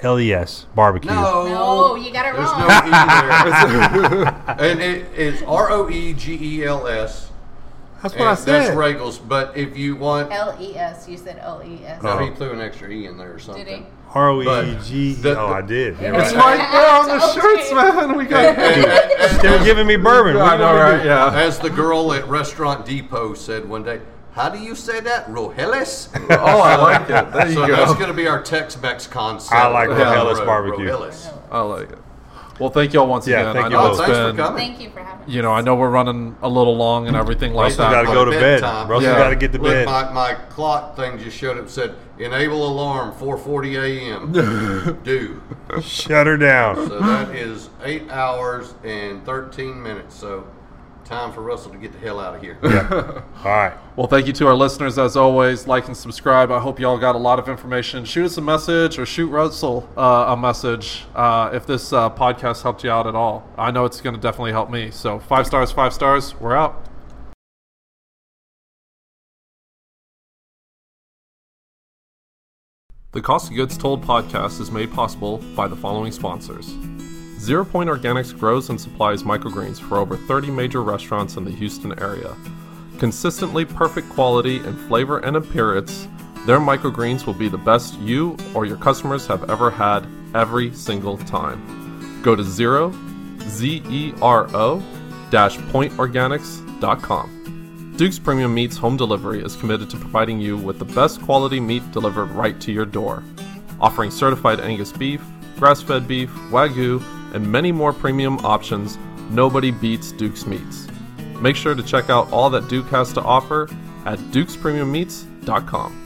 Speaker 4: L E S Barbecue.
Speaker 3: No,
Speaker 5: no, you got it
Speaker 3: there's
Speaker 5: wrong.
Speaker 3: no E there. and it, it's R O E G E L S.
Speaker 4: That's what I
Speaker 3: and That's
Speaker 4: said.
Speaker 3: Regal's. But if you want,
Speaker 5: L E S. You said L E S.
Speaker 3: no, he threw an extra E in there or something.
Speaker 5: Did he?
Speaker 4: R O
Speaker 3: But
Speaker 4: E G.
Speaker 3: the-
Speaker 4: Oh,
Speaker 3: the-
Speaker 4: I did. Yeah,
Speaker 1: It's
Speaker 4: right.
Speaker 1: right there on the shirts, man. We got.
Speaker 4: They're giving me bourbon. What
Speaker 1: I
Speaker 4: do
Speaker 1: know,
Speaker 4: you want me to
Speaker 1: right? Yeah.
Speaker 3: As the girl at Restaurant Depot said one day, how do you say that? Rojeles?
Speaker 1: Oh, I like it. There you
Speaker 3: so
Speaker 1: go.
Speaker 3: that's going to be our Tex-Mex concept.
Speaker 4: I like
Speaker 3: down
Speaker 4: Rojeles
Speaker 3: road,
Speaker 4: barbecue.
Speaker 3: Rojeles.
Speaker 1: I like it. Well, thank y'all once
Speaker 4: Yeah,
Speaker 1: again.
Speaker 4: thank
Speaker 1: I
Speaker 4: you
Speaker 1: know
Speaker 4: both.
Speaker 1: it's
Speaker 3: Thanks for
Speaker 1: been-
Speaker 3: coming.
Speaker 5: Thank you for having
Speaker 1: You know, I know we're running a little long and everything like
Speaker 4: do? Russell's got
Speaker 1: that.
Speaker 4: to
Speaker 3: gotta
Speaker 4: go to bed.
Speaker 3: Bedtime.
Speaker 4: Russell's
Speaker 1: Yeah.
Speaker 4: got to get to
Speaker 3: Look,
Speaker 4: bed.
Speaker 3: my, my clock thing just showed up and said, enable alarm, 4.40 a.m. Do.
Speaker 4: Shut her down.
Speaker 3: So that is 8 hours and 13 minutes. So time for Russell to get the hell out of here.
Speaker 4: All right.
Speaker 1: Well, thank you to our listeners as always. Like and subscribe. I hope y'all got a lot of information. Shoot us a message or shoot Russell uh, a message uh, if this uh, podcast helped you out at all. I know it's going to definitely help me. So, five stars, five stars. We're out. The Cost of Goods Told podcast is made possible by the following sponsors. Zero Point Organics grows and supplies microgreens for over 30 major restaurants in the Houston area. Consistently perfect quality in flavor and appearance, their microgreens will be the best you or your customers have ever had every single time. Go to zero, Z E R O, dash pointorganics.com. Duke's Premium Meats Home Delivery is committed to providing you with the best quality meat delivered right to your door. Offering certified Angus beef, grass fed beef, wagyu, and many more premium options, nobody beats Duke's Meats. Make sure to check out all that Duke has to offer at dukespremiummeats.com.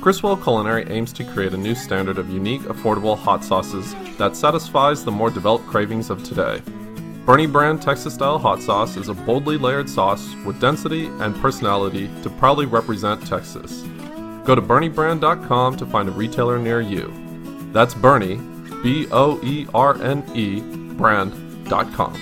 Speaker 1: Griswold Culinary aims to create a new standard of unique, affordable hot sauces that satisfies the more developed cravings of today. Bernie Brand Texas style hot sauce is a boldly layered sauce with density and personality to proudly represent Texas. Go to BernieBrand.com to find a retailer near you. That's Bernie, B O E R N E, brand.com.